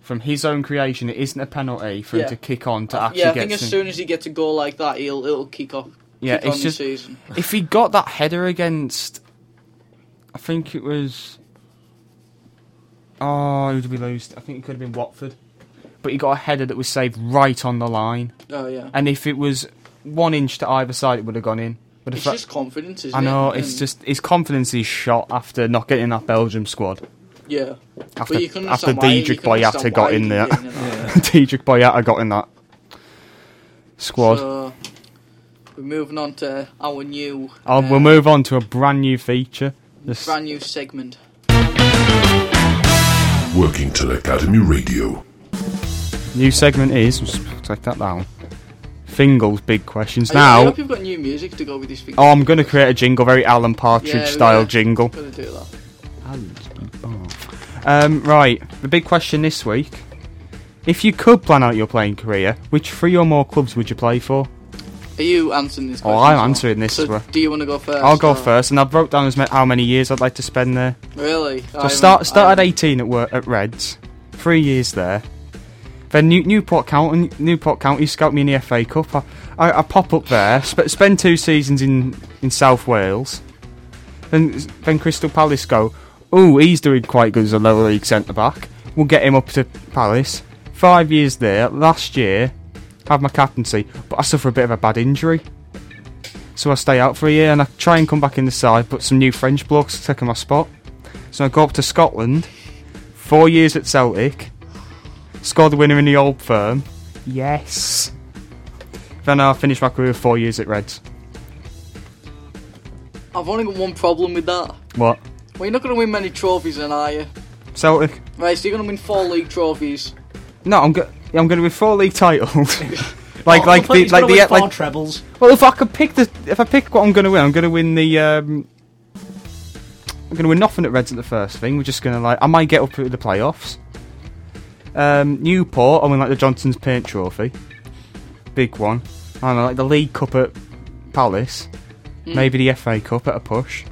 Speaker 2: from his own creation. It isn't a penalty for
Speaker 4: Yeah.
Speaker 2: him
Speaker 4: Uh,
Speaker 2: to kick on to actually
Speaker 4: Yeah, I
Speaker 2: get.
Speaker 4: think as
Speaker 2: some-
Speaker 4: soon as he gets a goal like that, he'll it'll kick off.
Speaker 2: Yeah,
Speaker 4: kick
Speaker 2: it's
Speaker 4: on
Speaker 2: just-
Speaker 4: the season.
Speaker 2: if he got that header against, I think it was. Oh, who did we lose? I think it could have been Watford, but he got a header that was saved right on the line.
Speaker 4: Oh yeah,
Speaker 2: And if it was one inch to either side, it would have gone in. But
Speaker 4: it's
Speaker 2: if I-
Speaker 4: just confidence,
Speaker 2: I
Speaker 4: isn't
Speaker 2: know
Speaker 4: it?
Speaker 2: it's
Speaker 4: And-
Speaker 2: just his confidence is shot after not getting that Belgium squad.
Speaker 4: yeah.
Speaker 2: After
Speaker 4: but you can
Speaker 2: after
Speaker 4: understand why- you
Speaker 2: Diedrich
Speaker 4: can
Speaker 2: Boyata
Speaker 4: understand why
Speaker 2: got in
Speaker 4: he
Speaker 2: there,
Speaker 4: didn't get in
Speaker 3: yeah.
Speaker 2: Diedrich Boyata got in that squad.
Speaker 4: So, we're moving on to our new.
Speaker 2: I'll,
Speaker 4: uh,
Speaker 2: we'll move on to a brand new feature. This-
Speaker 4: Brand new segment.
Speaker 1: Workington Academy Radio.
Speaker 2: New segment is let's take that down. Fingal's big questions.
Speaker 4: I- Oh, I
Speaker 2: Now,
Speaker 4: hope you've got new music to go with this.
Speaker 2: oh, I'm going to create a jingle, very Alan Partridge
Speaker 4: Yeah, we
Speaker 2: style
Speaker 4: are.
Speaker 2: jingle.
Speaker 4: Gonna do that.
Speaker 2: Um, right, the big question this week: If you could plan out your playing career, which three or more clubs would you play for?
Speaker 4: Are you answering this?
Speaker 2: Oh,
Speaker 4: question
Speaker 2: I'm
Speaker 4: as well?
Speaker 2: answering this,
Speaker 4: So
Speaker 2: bro.
Speaker 4: do you want to go first?
Speaker 2: I'll go
Speaker 4: or-
Speaker 2: first, and I've wrote down as ma- how many years I'd like to spend there.
Speaker 4: Really? um,
Speaker 2: So start start at 18 at work at Reds, three years there. Then New, Newport County, Newport County scout me in the FA Cup. I, I, I pop up there, sp- spend two seasons in, in South Wales. Then then Crystal Palace go, oh he's doing quite good as a lower league centre back. We'll get him up to Palace. Five years there. Last year, have my captaincy, but I suffer a bit of a bad injury. So I stay out for a year and I try and come back in the side, but some new French blokes have taken my spot. So I go up to Scotland, four years at Celtic, scored the winner in the old firm. Yes. Then I finished my career with four years at Reds.
Speaker 4: I've only got one problem with that.
Speaker 2: What?
Speaker 4: Well, you're not going to win many trophies, then, are you?
Speaker 2: Celtic?
Speaker 4: Right, so you're going to win four league trophies.
Speaker 2: No, I'm go- I'm going to win four league titles. like
Speaker 3: Oh,
Speaker 2: like
Speaker 3: well,
Speaker 2: the
Speaker 3: he's
Speaker 2: like
Speaker 3: gonna
Speaker 2: the
Speaker 3: win four
Speaker 2: like.
Speaker 3: trebles.
Speaker 2: Well, if I could pick the if I pick what I'm going to win, I'm going to win the. Um, I'm going to win nothing at Reds at the first thing. We're just going to like I might get up to the playoffs. Um, Newport, I win like the Johnson's Paint Trophy, big one. I don't know, like the League Cup at Palace, maybe the FA Cup at a push,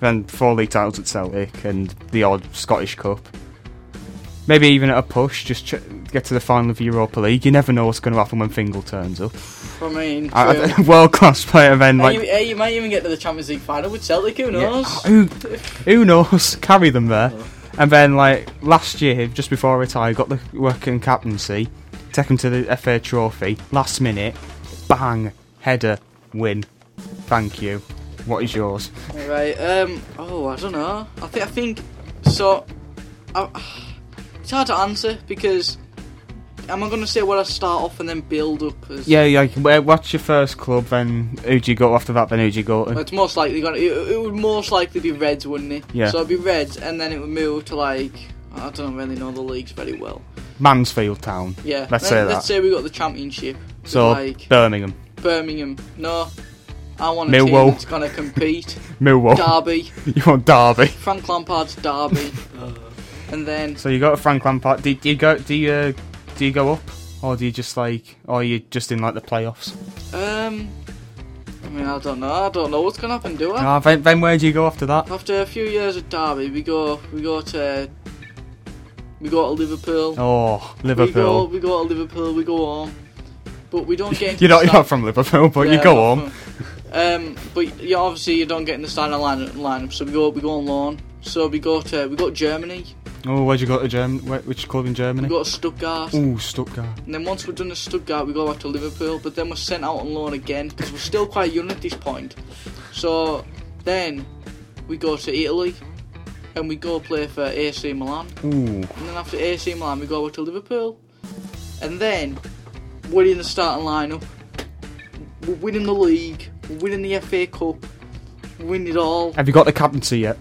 Speaker 2: then four league titles at Celtic and the odd Scottish Cup. Maybe even at a push, just ch- get to the final of the Europa League. You never know what's going to happen when Fingal turns up.
Speaker 4: I mean, true.
Speaker 2: I, I, world class player, then
Speaker 4: Hey,
Speaker 2: like
Speaker 4: you, hey, you might even get to the Champions League final with Celtic. Who
Speaker 2: Yeah.
Speaker 4: knows?
Speaker 2: Who, who knows? Carry them there. And then, like, last year, just before I retired, got the working captaincy, take them to the FA Trophy, last minute, bang, header, win. Thank you. What is yours?
Speaker 4: Right. Um. Oh, I don't know. I think. I think. So, I, it's hard to answer because am I going to say where I start off and then build up? As,
Speaker 2: Yeah, like, where, what's your first club, then who do you go after that, then who do you go
Speaker 4: Well,
Speaker 2: to?
Speaker 4: It's most likely going. to It, it would most likely be Reds, wouldn't it?
Speaker 2: Yeah.
Speaker 4: So it'd be Reds, and then it would move to like I don't really know the leagues very well.
Speaker 2: Mansfield Town.
Speaker 4: Yeah,
Speaker 2: Let's say that.
Speaker 4: Let's say we got the championship.
Speaker 2: So
Speaker 4: like
Speaker 2: Birmingham,
Speaker 4: Birmingham. No, I want a
Speaker 2: Millwall. Oh.
Speaker 4: team that's gonna compete.
Speaker 2: Millwall.
Speaker 4: Derby,
Speaker 2: you want Derby?
Speaker 4: Frank Lampard's Derby, and then
Speaker 2: So you go to Frank Lampard. Do, do you go? Do you uh, do you go up, or do you just like, or are you just in like the playoffs?
Speaker 4: um, I mean I don't know. I don't know what's gonna happen, do I?
Speaker 2: Ah, then, then where do you go after that?
Speaker 4: After a few years at Derby, we go we go to we go to Liverpool.
Speaker 2: Oh,
Speaker 4: We go
Speaker 2: Liverpool.
Speaker 4: we go to Liverpool. We go home, but we don't get. into
Speaker 2: You're not,
Speaker 4: the
Speaker 2: you're
Speaker 4: start-
Speaker 2: not from Liverpool, but
Speaker 4: Yeah,
Speaker 2: you go
Speaker 4: not
Speaker 2: home.
Speaker 4: from- Um, but you obviously you don't get in the starting line lineup, so we go we go on loan. So we go to we got Germany,
Speaker 2: Oh, where'd you go to Germany? Which club in
Speaker 4: we
Speaker 2: Germany?
Speaker 4: got Stuttgart,
Speaker 2: Oh, Stuttgart.
Speaker 4: and then once we're done at Stuttgart, we go back to Liverpool. But then we're sent out on loan again because we're still quite young at this point. So then we go to Italy, and we go play for AC Milan.
Speaker 2: Ooh,
Speaker 4: And then after AC Milan, we go over to Liverpool. And then we're in the starting lineup. We're winning the league. We're winning the FA Cup. we Win it all.
Speaker 2: have you got the captaincy yet?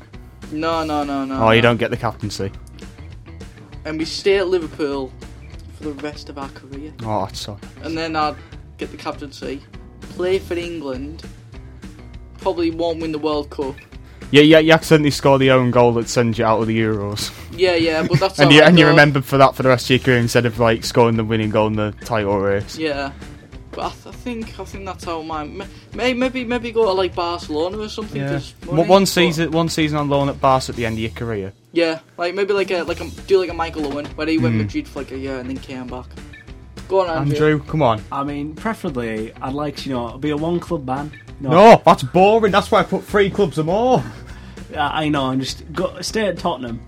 Speaker 4: No, no, no, no.
Speaker 2: Oh, you
Speaker 4: no.
Speaker 2: don't get the captaincy.
Speaker 4: And we stay at Liverpool for the rest of our career.
Speaker 2: Oh, that's so.
Speaker 4: And then I'd get the captaincy, play for England. Probably won't win the World Cup.
Speaker 2: Yeah, yeah, you accidentally score the own goal that sends you out of the Euros,
Speaker 4: Yeah, yeah, but that's
Speaker 2: and
Speaker 4: all
Speaker 2: you
Speaker 4: right,
Speaker 2: and you
Speaker 4: though.
Speaker 2: remembered for that for the rest of your career instead of like scoring the winning goal in the title race.
Speaker 4: Yeah, but I, th- I think I think that's how mine. May- maybe maybe go to like Barcelona or something.
Speaker 2: Yeah.
Speaker 4: just
Speaker 2: One-
Speaker 4: money,
Speaker 2: One
Speaker 4: but-
Speaker 2: season, one season on loan at Barca at the end of your career.
Speaker 4: Yeah, like maybe like a like a do like a Michael Owen where he went Madrid for like a year and then came back. Go on, Andrew.
Speaker 2: Hmm. Andrew, come on.
Speaker 3: I mean, preferably, I'd like you know be a one club man.
Speaker 2: No, that's boring. That's why I put three clubs or more.
Speaker 3: I I know. I'm just go, stay at Tottenham,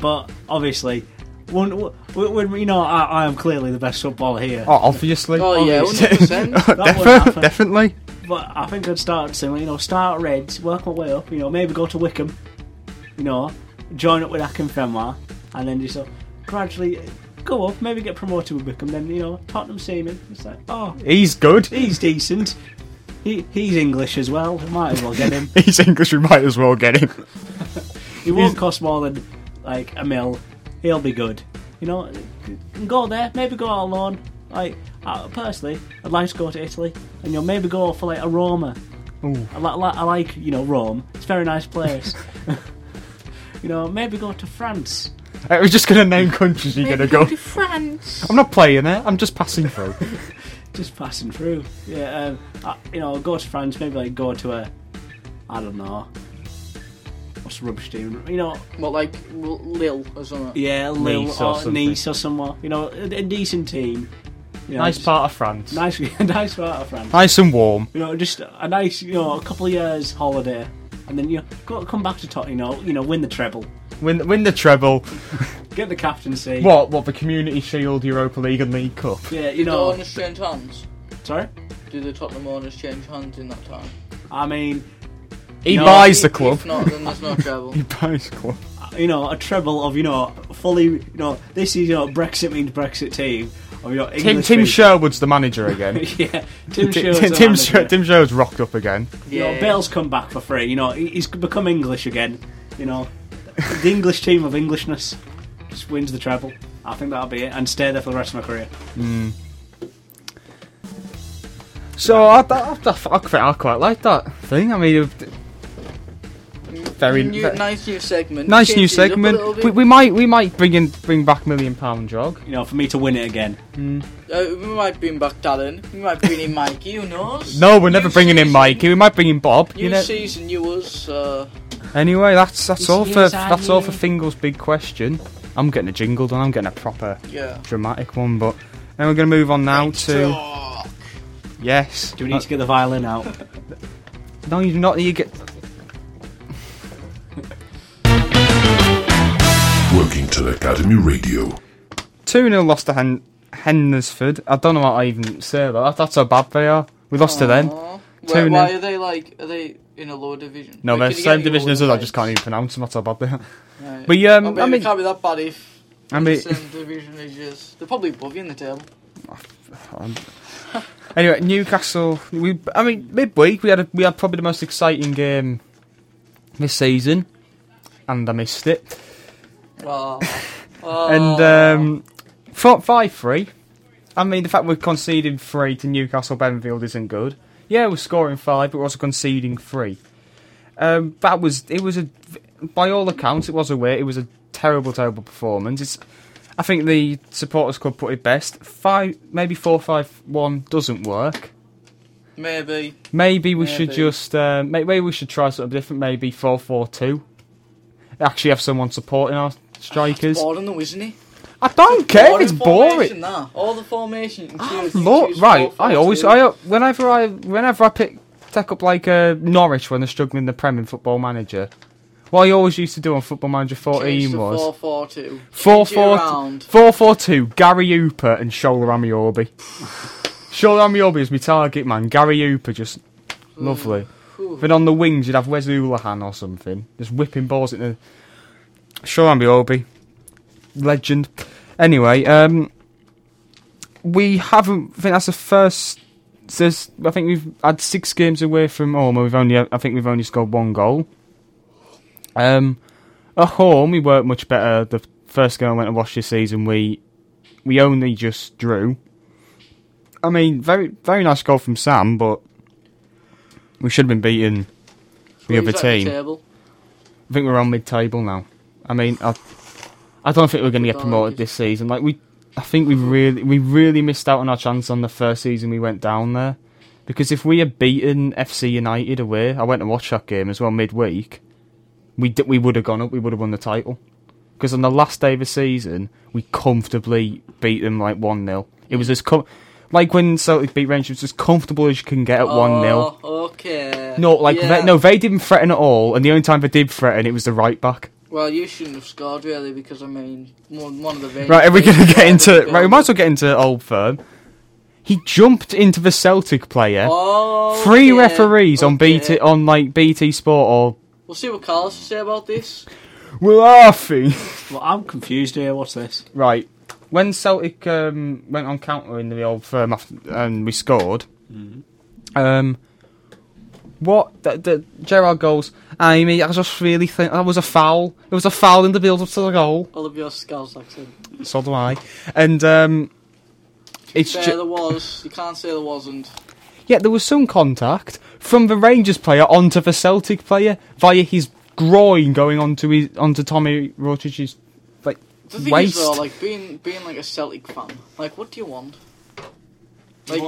Speaker 3: but obviously, when, when, when you know I, I am clearly the best footballer here.
Speaker 2: Oh, obviously.
Speaker 4: Oh yeah,
Speaker 3: Obviously.
Speaker 4: hundred percent.
Speaker 3: That
Speaker 2: Defi-
Speaker 3: won't happen.
Speaker 2: definitely.
Speaker 3: But I think I'd start similar. You know, start at Reds, work my way up. You know, maybe go to Wickham. You know, join up with Akin Fenwar, and then just uh, gradually go up. Maybe get promoted with Wickham. Then you know, Tottenham Seaman. It's like, oh,
Speaker 2: He's good.
Speaker 3: he's decent. He, he's English as well. Might as well get him.
Speaker 2: He's English. We might as well get him.
Speaker 3: He won't cost more than like a mil. He'll be good. You know, go there. Maybe go out alone. Like uh, personally, I'd like to go to Italy, and you know maybe go for like a Roma. I, li- li- I like you know Rome. It's a very nice place. you know, maybe go to France.
Speaker 2: I was just gonna name countries you're gonna go. I'm not playing it. I'm just passing through.
Speaker 3: Just passing through. Yeah, um, I, you know, go to France. Maybe like go to a, I don't know. What's the rubbish team? You know,
Speaker 4: What like L- Lille or something?
Speaker 3: yeah, Lille
Speaker 2: Nice or
Speaker 3: or,
Speaker 2: something.
Speaker 3: Nice or somewhere. You know, a, a decent team. You know,
Speaker 2: nice
Speaker 3: just-
Speaker 2: part of France.
Speaker 3: Nice, nice part of France.
Speaker 2: Nice and warm.
Speaker 3: You know, just a nice, you know, a couple of years holiday, and then you know, go, come back to Tottenham. You know, you know, win the treble,
Speaker 2: Win, win the treble.
Speaker 3: get the captaincy.
Speaker 2: What? What? The Community Shield, Europa League, and League Cup.
Speaker 3: Yeah, you
Speaker 4: Do the
Speaker 3: know.
Speaker 4: owners change hands?
Speaker 3: Sorry,
Speaker 4: Do the Tottenham owners change hands in that time?
Speaker 3: I mean,
Speaker 2: He
Speaker 3: No.
Speaker 2: buys the
Speaker 4: If-
Speaker 2: club.
Speaker 4: If not, then there's no trouble.
Speaker 2: He buys the club.
Speaker 3: you know, a treble of you know, fully, you know, this is you know, Brexit means Brexit team of your
Speaker 2: Tim,
Speaker 3: English.
Speaker 2: Tim
Speaker 3: people.
Speaker 2: Sherwood's the manager again.
Speaker 3: yeah, Tim
Speaker 2: Tim,
Speaker 3: Sherwood's
Speaker 2: Tim,
Speaker 3: the
Speaker 2: Tim,
Speaker 3: manager.
Speaker 2: Sher- Tim Sherwood's rocked up again.
Speaker 3: You know,
Speaker 4: Yeah.
Speaker 3: Bale's come back for free. You know, he- he's become English again. You know, the English team of Englishness just wins the treble. I think that'll be it, and stay there for the rest of my career.
Speaker 2: So I, I, I, I, I quite like that thing. I mean, it- very
Speaker 4: New,
Speaker 2: very-
Speaker 4: nice new segment.
Speaker 2: nice new
Speaker 4: Change things up a little
Speaker 2: segment.
Speaker 4: bit.
Speaker 2: We, we might we might bring in bring back Million Pound Jog.
Speaker 3: You know, for me to win it again.
Speaker 4: Uh, we might bring back Darren. We might bring in Mikey. Who knows?
Speaker 2: No, we're never
Speaker 4: New
Speaker 2: bringing in
Speaker 4: season,
Speaker 2: Mikey. We might bring in Bob.
Speaker 4: New
Speaker 2: You know.
Speaker 4: season, new us. Uh,
Speaker 2: Anyway, that's that's
Speaker 3: This
Speaker 2: all for
Speaker 3: year's our
Speaker 2: that's all for
Speaker 3: year.
Speaker 2: Fingal's big question. I'm getting a jingle done. I'm getting a proper
Speaker 4: yeah.
Speaker 2: dramatic one, but then we're going to move on now to
Speaker 4: Talk.
Speaker 2: yes.
Speaker 3: Do we need to get the violin out?
Speaker 2: No, you're not. You get
Speaker 1: Workington Academy Radio.
Speaker 2: 2 0 lost to Hen- Hendersford. I don't know what I even say about that. That's how bad they are. We lost to them.
Speaker 4: Aw.
Speaker 2: Two
Speaker 4: Why, why
Speaker 2: nil.
Speaker 4: are they like? Are they in a lower division?
Speaker 2: No,
Speaker 4: Like,
Speaker 2: they're
Speaker 4: can you
Speaker 2: same
Speaker 4: get any
Speaker 2: division
Speaker 4: lower
Speaker 2: as us. I
Speaker 4: than
Speaker 2: just
Speaker 4: that?
Speaker 2: can't even pronounce them. That's how bad they are.
Speaker 4: Right.
Speaker 2: But, um,
Speaker 4: I mean,
Speaker 2: I mean-
Speaker 4: it can't be that bad if
Speaker 2: I mean,
Speaker 4: the same division is just. They're probably above you in the table.
Speaker 2: um, anyway, Newcastle. We, I mean, midweek we had a, we had probably the most exciting game this season, and I missed it.
Speaker 4: Uh, Well,
Speaker 2: And
Speaker 4: Oh. uh,
Speaker 2: um, four, five three. I mean, the fact we're conceding three to Newcastle Benfield isn't good. Yeah, we're scoring five, but we're also conceding three. Um, that was it was a by all accounts it was a way it was a terrible terrible performance. It's I think the supporters club put it best. Five maybe four five one doesn't work.
Speaker 4: Maybe.
Speaker 2: Maybe we should
Speaker 4: Maybe.
Speaker 2: just uh, may- maybe we should try something different. Maybe four four two. Actually, have someone supporting our strikers.
Speaker 4: Boring though, isn't he?
Speaker 2: I don't care.
Speaker 4: Boring
Speaker 2: It's
Speaker 4: formation,
Speaker 2: boring.
Speaker 4: that. All the formation.
Speaker 2: Oh, Lord, right. I always I whenever I whenever I pick take up like uh, Norwich when they're struggling in the Prem in Football Manager. What I always used to do on Football Manager 14 was
Speaker 4: 4-4-2.
Speaker 2: 4
Speaker 4: Change it
Speaker 2: 4
Speaker 4: around.
Speaker 2: 4 4 2, Gary Hooper and Shola Amiobi. Shola Amiobi is my target man. Gary Hooper, just lovely.
Speaker 4: Whew.
Speaker 2: Then on the wings, you'd have Wes Ulahan or something, just whipping balls into. Sure, Obi, legend. Anyway, um, we haven't. I think that's the first. There's, I think we've had six games away from home, and we've only. I think we've only scored one goal. Um, at home, we weren't much better. The first game I went to watch this season, we we only just drew. I mean, very very nice goal from Sam, but we should have been beating the other
Speaker 4: He's at the
Speaker 2: team.
Speaker 4: table.
Speaker 2: I think we're on mid-table now. I mean, I, I don't think we're going to get
Speaker 4: Good
Speaker 2: promoted
Speaker 4: guys.
Speaker 2: this season. Like we, I think we really, we really missed out on our chance on the first season we went down there, because if we had beaten FC United away, I went and watched that game as well midweek. We d- we would have gone up. We would have won the title, because on the last day of the season we comfortably beat them like one 0 It was as com- like when Celtic beat Rangers, it was as comfortable as you can get at one 0
Speaker 4: Oh, okay.
Speaker 2: no, like
Speaker 4: Yeah.
Speaker 2: they, no, they didn't threaten at all, and the only time they did threaten, it was the right back.
Speaker 4: Well, you shouldn't have scored really because I mean, one, one of the
Speaker 2: Right, are we
Speaker 4: Rangers
Speaker 2: gonna get
Speaker 4: players
Speaker 2: into?
Speaker 4: scored.
Speaker 2: Right, we might as well get into Old Firm. He jumped into the Celtic player.
Speaker 4: Oh,
Speaker 2: Three
Speaker 4: okay,
Speaker 2: referees on oh.
Speaker 4: okay.
Speaker 2: BT on like BT Sport
Speaker 4: We'll see what Carlos will say about this.
Speaker 2: or we're laughing.
Speaker 3: Well, I'm confused here. What's this?
Speaker 2: right, when Celtic um, went on counter in the Old Firm after, and we scored,
Speaker 4: Mm-hmm.
Speaker 2: um, what the, the Gerard goes? Amy, I just really think that was a foul. It was a foul in the build up to the goal.
Speaker 4: All of your scars, accent.
Speaker 2: So do I. And um, it's
Speaker 4: There,
Speaker 2: ju-
Speaker 4: there was. You can't say there wasn't.
Speaker 2: yeah, there was some contact from the Rangers player onto the Celtic player via his groin going onto his onto Tommy Rotich's like
Speaker 4: The thing
Speaker 2: waist.
Speaker 4: is, though, like being being like a Celtic fan, like what do you want? Like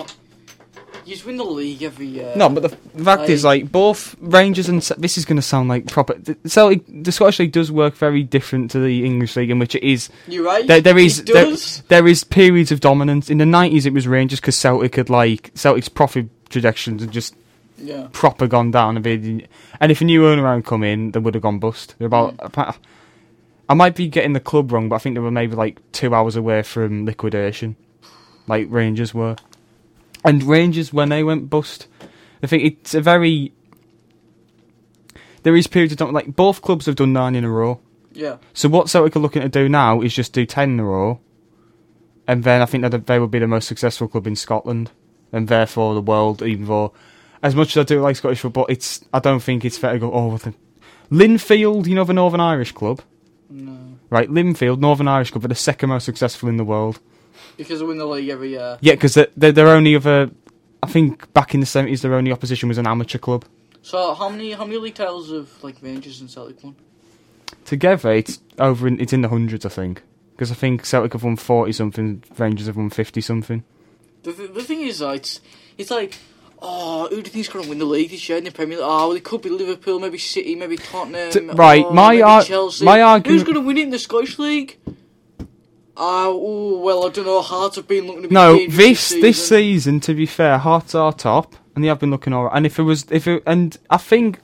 Speaker 4: you just win the league every year.
Speaker 2: no, but the f- fact is, like both Rangers and Ce- this is going to sound like proper. The Celtic, the Scottish League does work very different to the English League, in which it is
Speaker 4: you're right.
Speaker 2: there, there is
Speaker 4: It
Speaker 2: there,
Speaker 4: does.
Speaker 2: there is periods of dominance. In the nineties, it was Rangers because Celtic had like Celtic's profit projections had just
Speaker 4: yeah.
Speaker 2: proper gone down a bit. And if a new owner had come in, they would have gone bust. They're about. I might be getting the club wrong, but I think they were maybe like two hours away from liquidation, like Rangers were. And Rangers, when they went bust, I think it's a very. There is periods of time like both clubs have done nine in a row.
Speaker 4: Yeah.
Speaker 2: So what Celtic are looking to do now is just do ten in a row, and then I think that they would be the most successful club in Scotland, and therefore the world. Even though, as much as I do like Scottish football, it's I don't think it's fair to go. Oh, well, the Linfield, you know the Northern Irish club,
Speaker 4: No.
Speaker 2: right? Linfield, Northern Irish club, are the second most successful in the world.
Speaker 4: Because they win the league every year.
Speaker 2: Yeah, because they're, their only other. I think back in the seventies, their only opposition was an amateur club.
Speaker 4: So how many how many league titles of like Rangers and Celtic won?
Speaker 2: Together, it's over. In, it's in the hundreds, I think, because I think Celtic have won forty something, Rangers have won fifty something.
Speaker 4: The, th- the thing is, though, it's it's like, oh, who do you think's going to win the league this year in the Premier League? Oh, well, it could be Liverpool, maybe City, maybe Tottenham.
Speaker 2: T- right,
Speaker 4: oh,
Speaker 2: my
Speaker 4: maybe
Speaker 2: ar-
Speaker 4: Chelsea.
Speaker 2: my
Speaker 4: Who's
Speaker 2: argument-
Speaker 4: going to win it in the Scottish League? Oh, ooh, well, I don't know. Hearts have been looking. To be
Speaker 2: No,
Speaker 4: dangerous
Speaker 2: this this
Speaker 4: season.
Speaker 2: season, to be fair, Hearts are top, and they have been looking alright. And if it was, if it, and I think,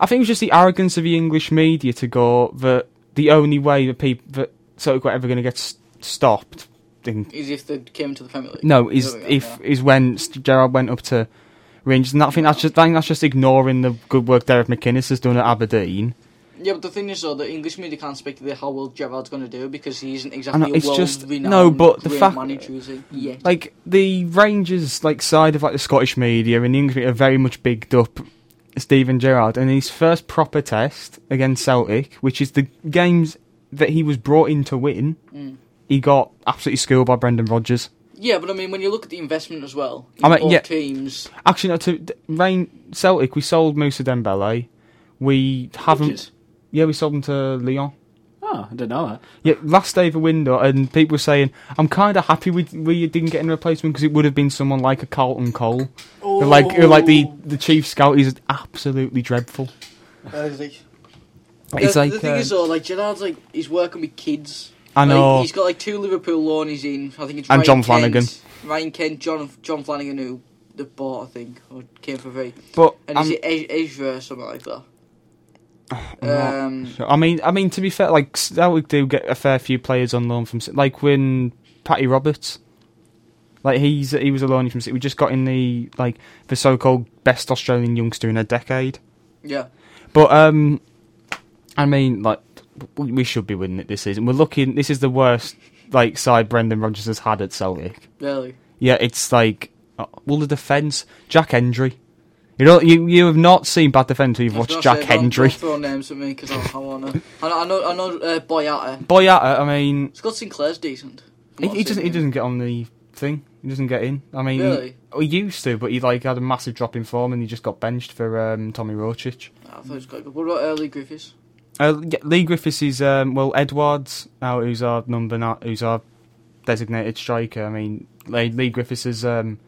Speaker 2: I think it was just the arrogance of the English media to go that the only way that people that Celtic were ever going to get s- stopped, in,
Speaker 4: is if they came to the Premier League.
Speaker 2: no, is
Speaker 4: There we go,
Speaker 2: if
Speaker 4: yeah.
Speaker 2: is when Gerard went up to Rangers, and I think that's just I think that's just ignoring the good work Derek McInnes has done at Aberdeen.
Speaker 4: Yeah, but the thing is, though, the English media can't speculate how well Gerard's going to do because he isn't
Speaker 2: I know,
Speaker 4: exactly
Speaker 2: it's
Speaker 4: a
Speaker 2: just-
Speaker 4: world-renowned
Speaker 2: no, but the
Speaker 4: great
Speaker 2: fact- Mm.
Speaker 4: manager is he? Yeah.
Speaker 2: like the Rangers like side of like the Scottish media and the English media are very much bigged up Stephen Gerrard and his first proper test against Celtic, which is the game's that he was brought in to win, he got absolutely schooled by Brendan Rodgers.
Speaker 4: Yeah, but I mean, when you look at the investment as well, in
Speaker 2: I mean,
Speaker 4: both
Speaker 2: yeah.
Speaker 4: teams,
Speaker 2: Actually, no, to th- Rain Celtic, we sold Moussa Dembele. We haven't.
Speaker 3: Rodgers?
Speaker 2: Yeah, we sold him to Lyon.
Speaker 3: Oh, I didn't know that.
Speaker 2: Yeah, last day of the window, and people were saying, "I'm kind of happy we we didn't get any replacement because it would have been someone like a Carlton Cole, Who like who like the the chief scout is absolutely dreadful." It's
Speaker 4: the,
Speaker 2: like
Speaker 4: the thing
Speaker 2: uh,
Speaker 4: is though, like Gerard's like he's working with kids.
Speaker 2: I know.
Speaker 4: Like, he's got like two Liverpool loanies in. I think it's
Speaker 2: And
Speaker 4: Ryan
Speaker 2: John Flanagan.
Speaker 4: Kent, Ryan Kent, John John Flanagan, who they bought, I think, or came for free.
Speaker 2: but
Speaker 4: And
Speaker 2: I'm-
Speaker 4: is it Ez- Ezra or something like that?
Speaker 2: not
Speaker 4: Um,
Speaker 2: So, I mean, I mean to be fair, like Celtic do get a fair few players on loan from, Ci- like when Patty Roberts, like he's he was a loanee from. Ci- We just got in the like the so-called best Australian youngster in a decade.
Speaker 4: yeah,
Speaker 2: But um, I mean, like we we should be winning it this season. We're looking. This is the worst like side Brendan Rodgers has had at Celtic.
Speaker 4: really.
Speaker 2: Yeah, it's like uh, well the defence, Jack Hendry. You know, you you have not seen bad defence. You've
Speaker 4: I was
Speaker 2: watched
Speaker 4: gonna
Speaker 2: Jack
Speaker 4: say, don't-
Speaker 2: Hendry.
Speaker 4: Don't throw names at me because I, I want to. I know, I know, I know uh, Boyata.
Speaker 2: Boyata, I mean,
Speaker 4: Scott Sinclair's decent. from
Speaker 2: He,
Speaker 4: what
Speaker 2: he
Speaker 4: I've seen
Speaker 2: doesn't. He
Speaker 4: him.
Speaker 2: doesn't get on the thing. He doesn't get in. I mean,
Speaker 4: Really?
Speaker 2: he used to, but he like had a massive drop in form, and he just got benched for um, Tommy Rochich.
Speaker 4: I thought he was quite good. What about early Griffiths?
Speaker 2: Uh, yeah, Lee Griffiths is um, well Edwards, uh, who's our number, nine, who's our designated striker. I mean, Lee, Lee Griffiths is um,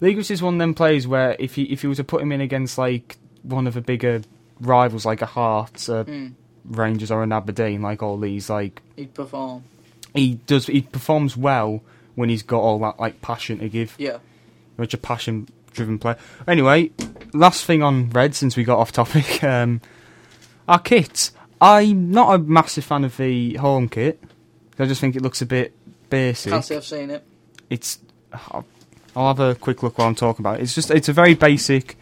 Speaker 2: Lee Griffiths is one of them players where if you if you were to put him in against like one of the bigger rivals like a Hearts, uh,
Speaker 4: Hmm.
Speaker 2: Rangers, or an Aberdeen, like all these like
Speaker 4: He'd perform.
Speaker 2: he does he performs well when he's got all that like passion to give.
Speaker 4: Yeah.
Speaker 2: Which a passion driven player. Anyway, last thing on red since we got off topic. Um, our kits. I'm not a massive fan of the home kit. I just think it looks a bit basic.
Speaker 4: Can't say I've seen it.
Speaker 2: It's. I'll I'll have a quick look while I'm talking about it. It's just. It's a very basic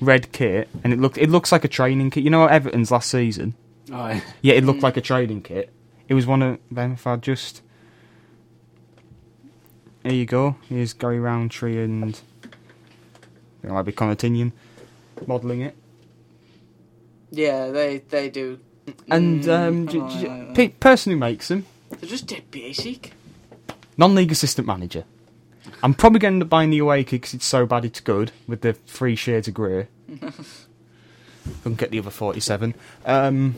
Speaker 2: red kit, and it look. It looks like a training kit. You know Everton's last season.
Speaker 3: Oh, yeah.
Speaker 2: Yeah, it
Speaker 4: Mm.
Speaker 2: looked like a trading kit. It was one of them. If I just, here you go. Here's Gary Roundtree and it might be Conatinian modelling it.
Speaker 4: Yeah, they they do.
Speaker 2: And
Speaker 4: Mm,
Speaker 2: um,
Speaker 4: I
Speaker 2: d-
Speaker 4: don't
Speaker 2: d-
Speaker 4: like that.
Speaker 2: pe- person who makes them,
Speaker 4: They're just dead basic.
Speaker 2: non-league assistant manager. I'm probably going to buy the away kit because it's so bad it's good with the three shades of grey. Couldn't get the other 47. Um,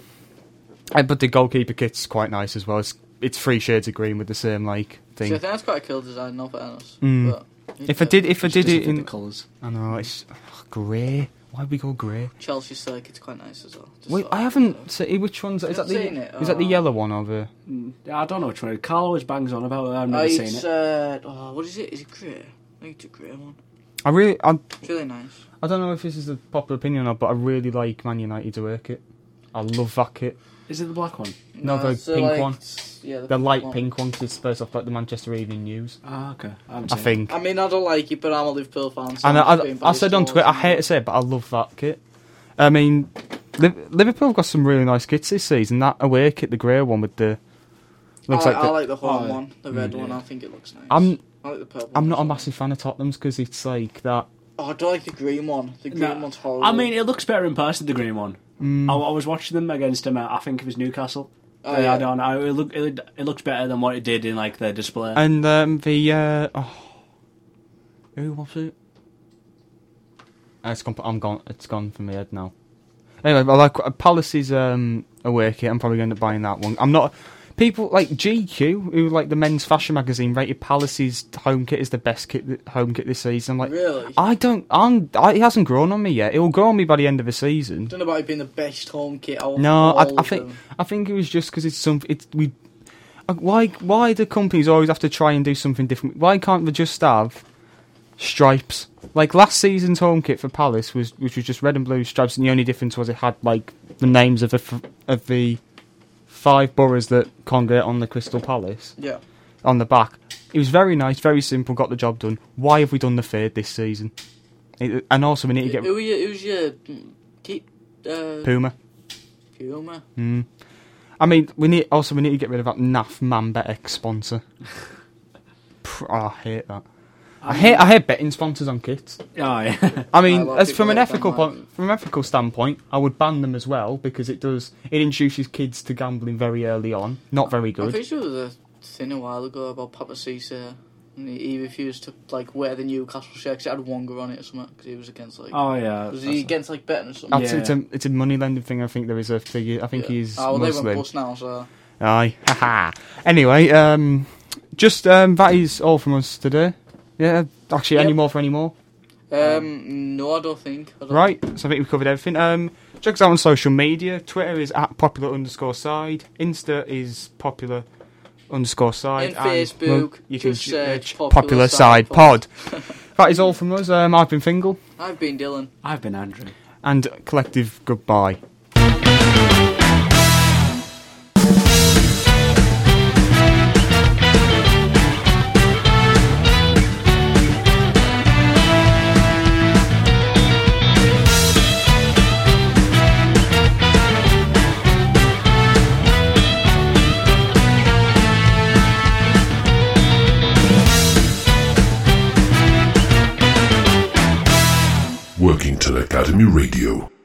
Speaker 2: and- but the goalkeeper kit's quite nice as well. It's, it's three shades of green with the same like
Speaker 4: So I
Speaker 2: thing.
Speaker 4: think that's quite a cool design, not fairness.
Speaker 2: Mm.
Speaker 4: But
Speaker 2: If I did, if I did it
Speaker 3: the
Speaker 2: in,
Speaker 3: colours.
Speaker 2: I know it's ugh, grey. Why would we go grey?
Speaker 4: Chelsea Circuit's it's quite nice as well. Just
Speaker 2: Wait,
Speaker 4: like-
Speaker 2: I haven't. Seen, which one's that? Is
Speaker 4: You've
Speaker 2: that the
Speaker 4: seen it?
Speaker 2: is that the
Speaker 4: Oh.
Speaker 2: yellow one over?
Speaker 3: Mm, I don't know which one. Carl always bangs on about it. I've
Speaker 4: Uh,
Speaker 3: never seen
Speaker 4: it's
Speaker 3: it.
Speaker 4: uh, oh, what is it? Is it grey? I think it's a grey one.
Speaker 2: I really, I,
Speaker 4: It's really nice.
Speaker 2: I don't know if this is a popular opinion or not, but I really like Man United's away kit. I love that kit.
Speaker 3: Is it the black one?
Speaker 2: No, the
Speaker 4: it's, uh,
Speaker 2: pink
Speaker 4: like-
Speaker 2: one.
Speaker 4: it's- Yeah,
Speaker 2: The
Speaker 4: pink
Speaker 2: light
Speaker 4: one.
Speaker 2: pink one 'cause it's supposed off like the Manchester Evening News.
Speaker 3: Ah, okay. I, haven't
Speaker 2: I
Speaker 3: seen
Speaker 2: think.
Speaker 4: I mean, I don't like it, but I'm a Liverpool fan. So
Speaker 2: And I,
Speaker 4: I'm just
Speaker 2: I,
Speaker 4: being
Speaker 2: I said on
Speaker 4: biased
Speaker 2: Twitter, I
Speaker 4: towards
Speaker 2: hate to
Speaker 4: them.
Speaker 2: say it, but I love that kit. I mean, Liv- Liverpool have got some really nice kits this season. That away kit, the grey one with the looks
Speaker 4: I,
Speaker 2: like.
Speaker 4: I
Speaker 2: the,
Speaker 4: like the
Speaker 3: Oh,
Speaker 4: home
Speaker 3: yeah.
Speaker 4: one, the red one.
Speaker 3: yeah.
Speaker 4: I think it looks nice.
Speaker 2: I'm
Speaker 4: I like the purple.
Speaker 2: Mm, I'm
Speaker 4: one
Speaker 2: not a
Speaker 4: as well.
Speaker 2: massive fan of Tottenham's because it's like that.
Speaker 4: Oh, I don't like the green one. The green
Speaker 3: No.
Speaker 4: one's horrible.
Speaker 3: I mean, it looks better in person, the green one.
Speaker 2: Mm.
Speaker 3: I, I was watching them against them. At, I think it was Newcastle.
Speaker 4: Oh,
Speaker 3: They
Speaker 4: yeah.
Speaker 3: had on- I, it, look, it, it looks better than what it did in like their display.
Speaker 2: And um, the uh, oh, who was it? Uh, It's gone. I'm gone. It's gone from my head now. Anyway, I like uh, Palace's um, away kit. I'm probably going to buy that one. I'm not. People like GQ, who like the men's fashion magazine, rated Palace's home kit as the best kit, th- home kit this season. I'm like,
Speaker 4: Really?
Speaker 2: I don't. I'm. I, it hasn't grown on me yet. It will grow on me by the end of the season.
Speaker 4: don't know about it being the best home kit. Out of
Speaker 2: No, I,
Speaker 4: all
Speaker 2: I
Speaker 4: of
Speaker 2: think
Speaker 4: them.
Speaker 2: I think it was just because it's something. It's we. uh, Why why do companies always have to try and do something different? Why can't they just have stripes? Like last season's home kit for Palace was which was just red and blue stripes, and the only difference was it had like the names of the f- of the five boroughs that congregate on the Crystal Palace
Speaker 4: Yeah.
Speaker 2: on the back. It was very nice, very simple, got the job done. Why have we done the third this season? It, and also we need to get
Speaker 4: Who you, who's your mm, keep uh,
Speaker 2: Puma.
Speaker 4: Puma?
Speaker 2: I mean, we need also we need to get rid of that naff Mambet X sponsor. Pr- oh, I hate that. I hate I hate betting sponsors on kits.
Speaker 3: Oh, yeah.
Speaker 2: I mean,
Speaker 4: lot of
Speaker 2: as
Speaker 4: people
Speaker 2: from an
Speaker 4: hate them,
Speaker 2: ethical
Speaker 4: like-
Speaker 2: point, from an ethical standpoint, I would ban them as well because it does it introduces kids to gambling very early on. Not very
Speaker 4: I'm
Speaker 2: good.
Speaker 4: pretty sure there was a thing a while ago about Papa Cisa. And he- he refused to like wear the Newcastle shirt because it had Wonga on it or something. Because he was against like
Speaker 3: oh, yeah.
Speaker 4: was he against like betting or something?
Speaker 2: That's,
Speaker 3: Yeah.
Speaker 2: It's a it's a money lending thing. I think there is a figure. I think he's
Speaker 4: oh, well, they
Speaker 2: Muslim.
Speaker 4: went bust now. So
Speaker 2: Aye, haha. Anyway, um, just um, that is all from us today. Yeah, actually, any
Speaker 4: Yep.
Speaker 2: more for any more?
Speaker 4: um, no, I don't think. I don't
Speaker 2: Right, so I think we've covered everything. Um, check us out on social media. Twitter is at popular underscore side. Insta is popular underscore side.
Speaker 4: In
Speaker 2: and-
Speaker 4: Facebook,
Speaker 2: well, you can
Speaker 4: just
Speaker 2: ju-
Speaker 4: search
Speaker 2: uh,
Speaker 4: Popular
Speaker 2: popular
Speaker 4: Side
Speaker 2: side pod. that is all from us. Um, I've been Fingal,
Speaker 4: I've been Dylan.
Speaker 3: I've been Andrew.
Speaker 2: and collective goodbye.
Speaker 1: Working Till Academy Radio.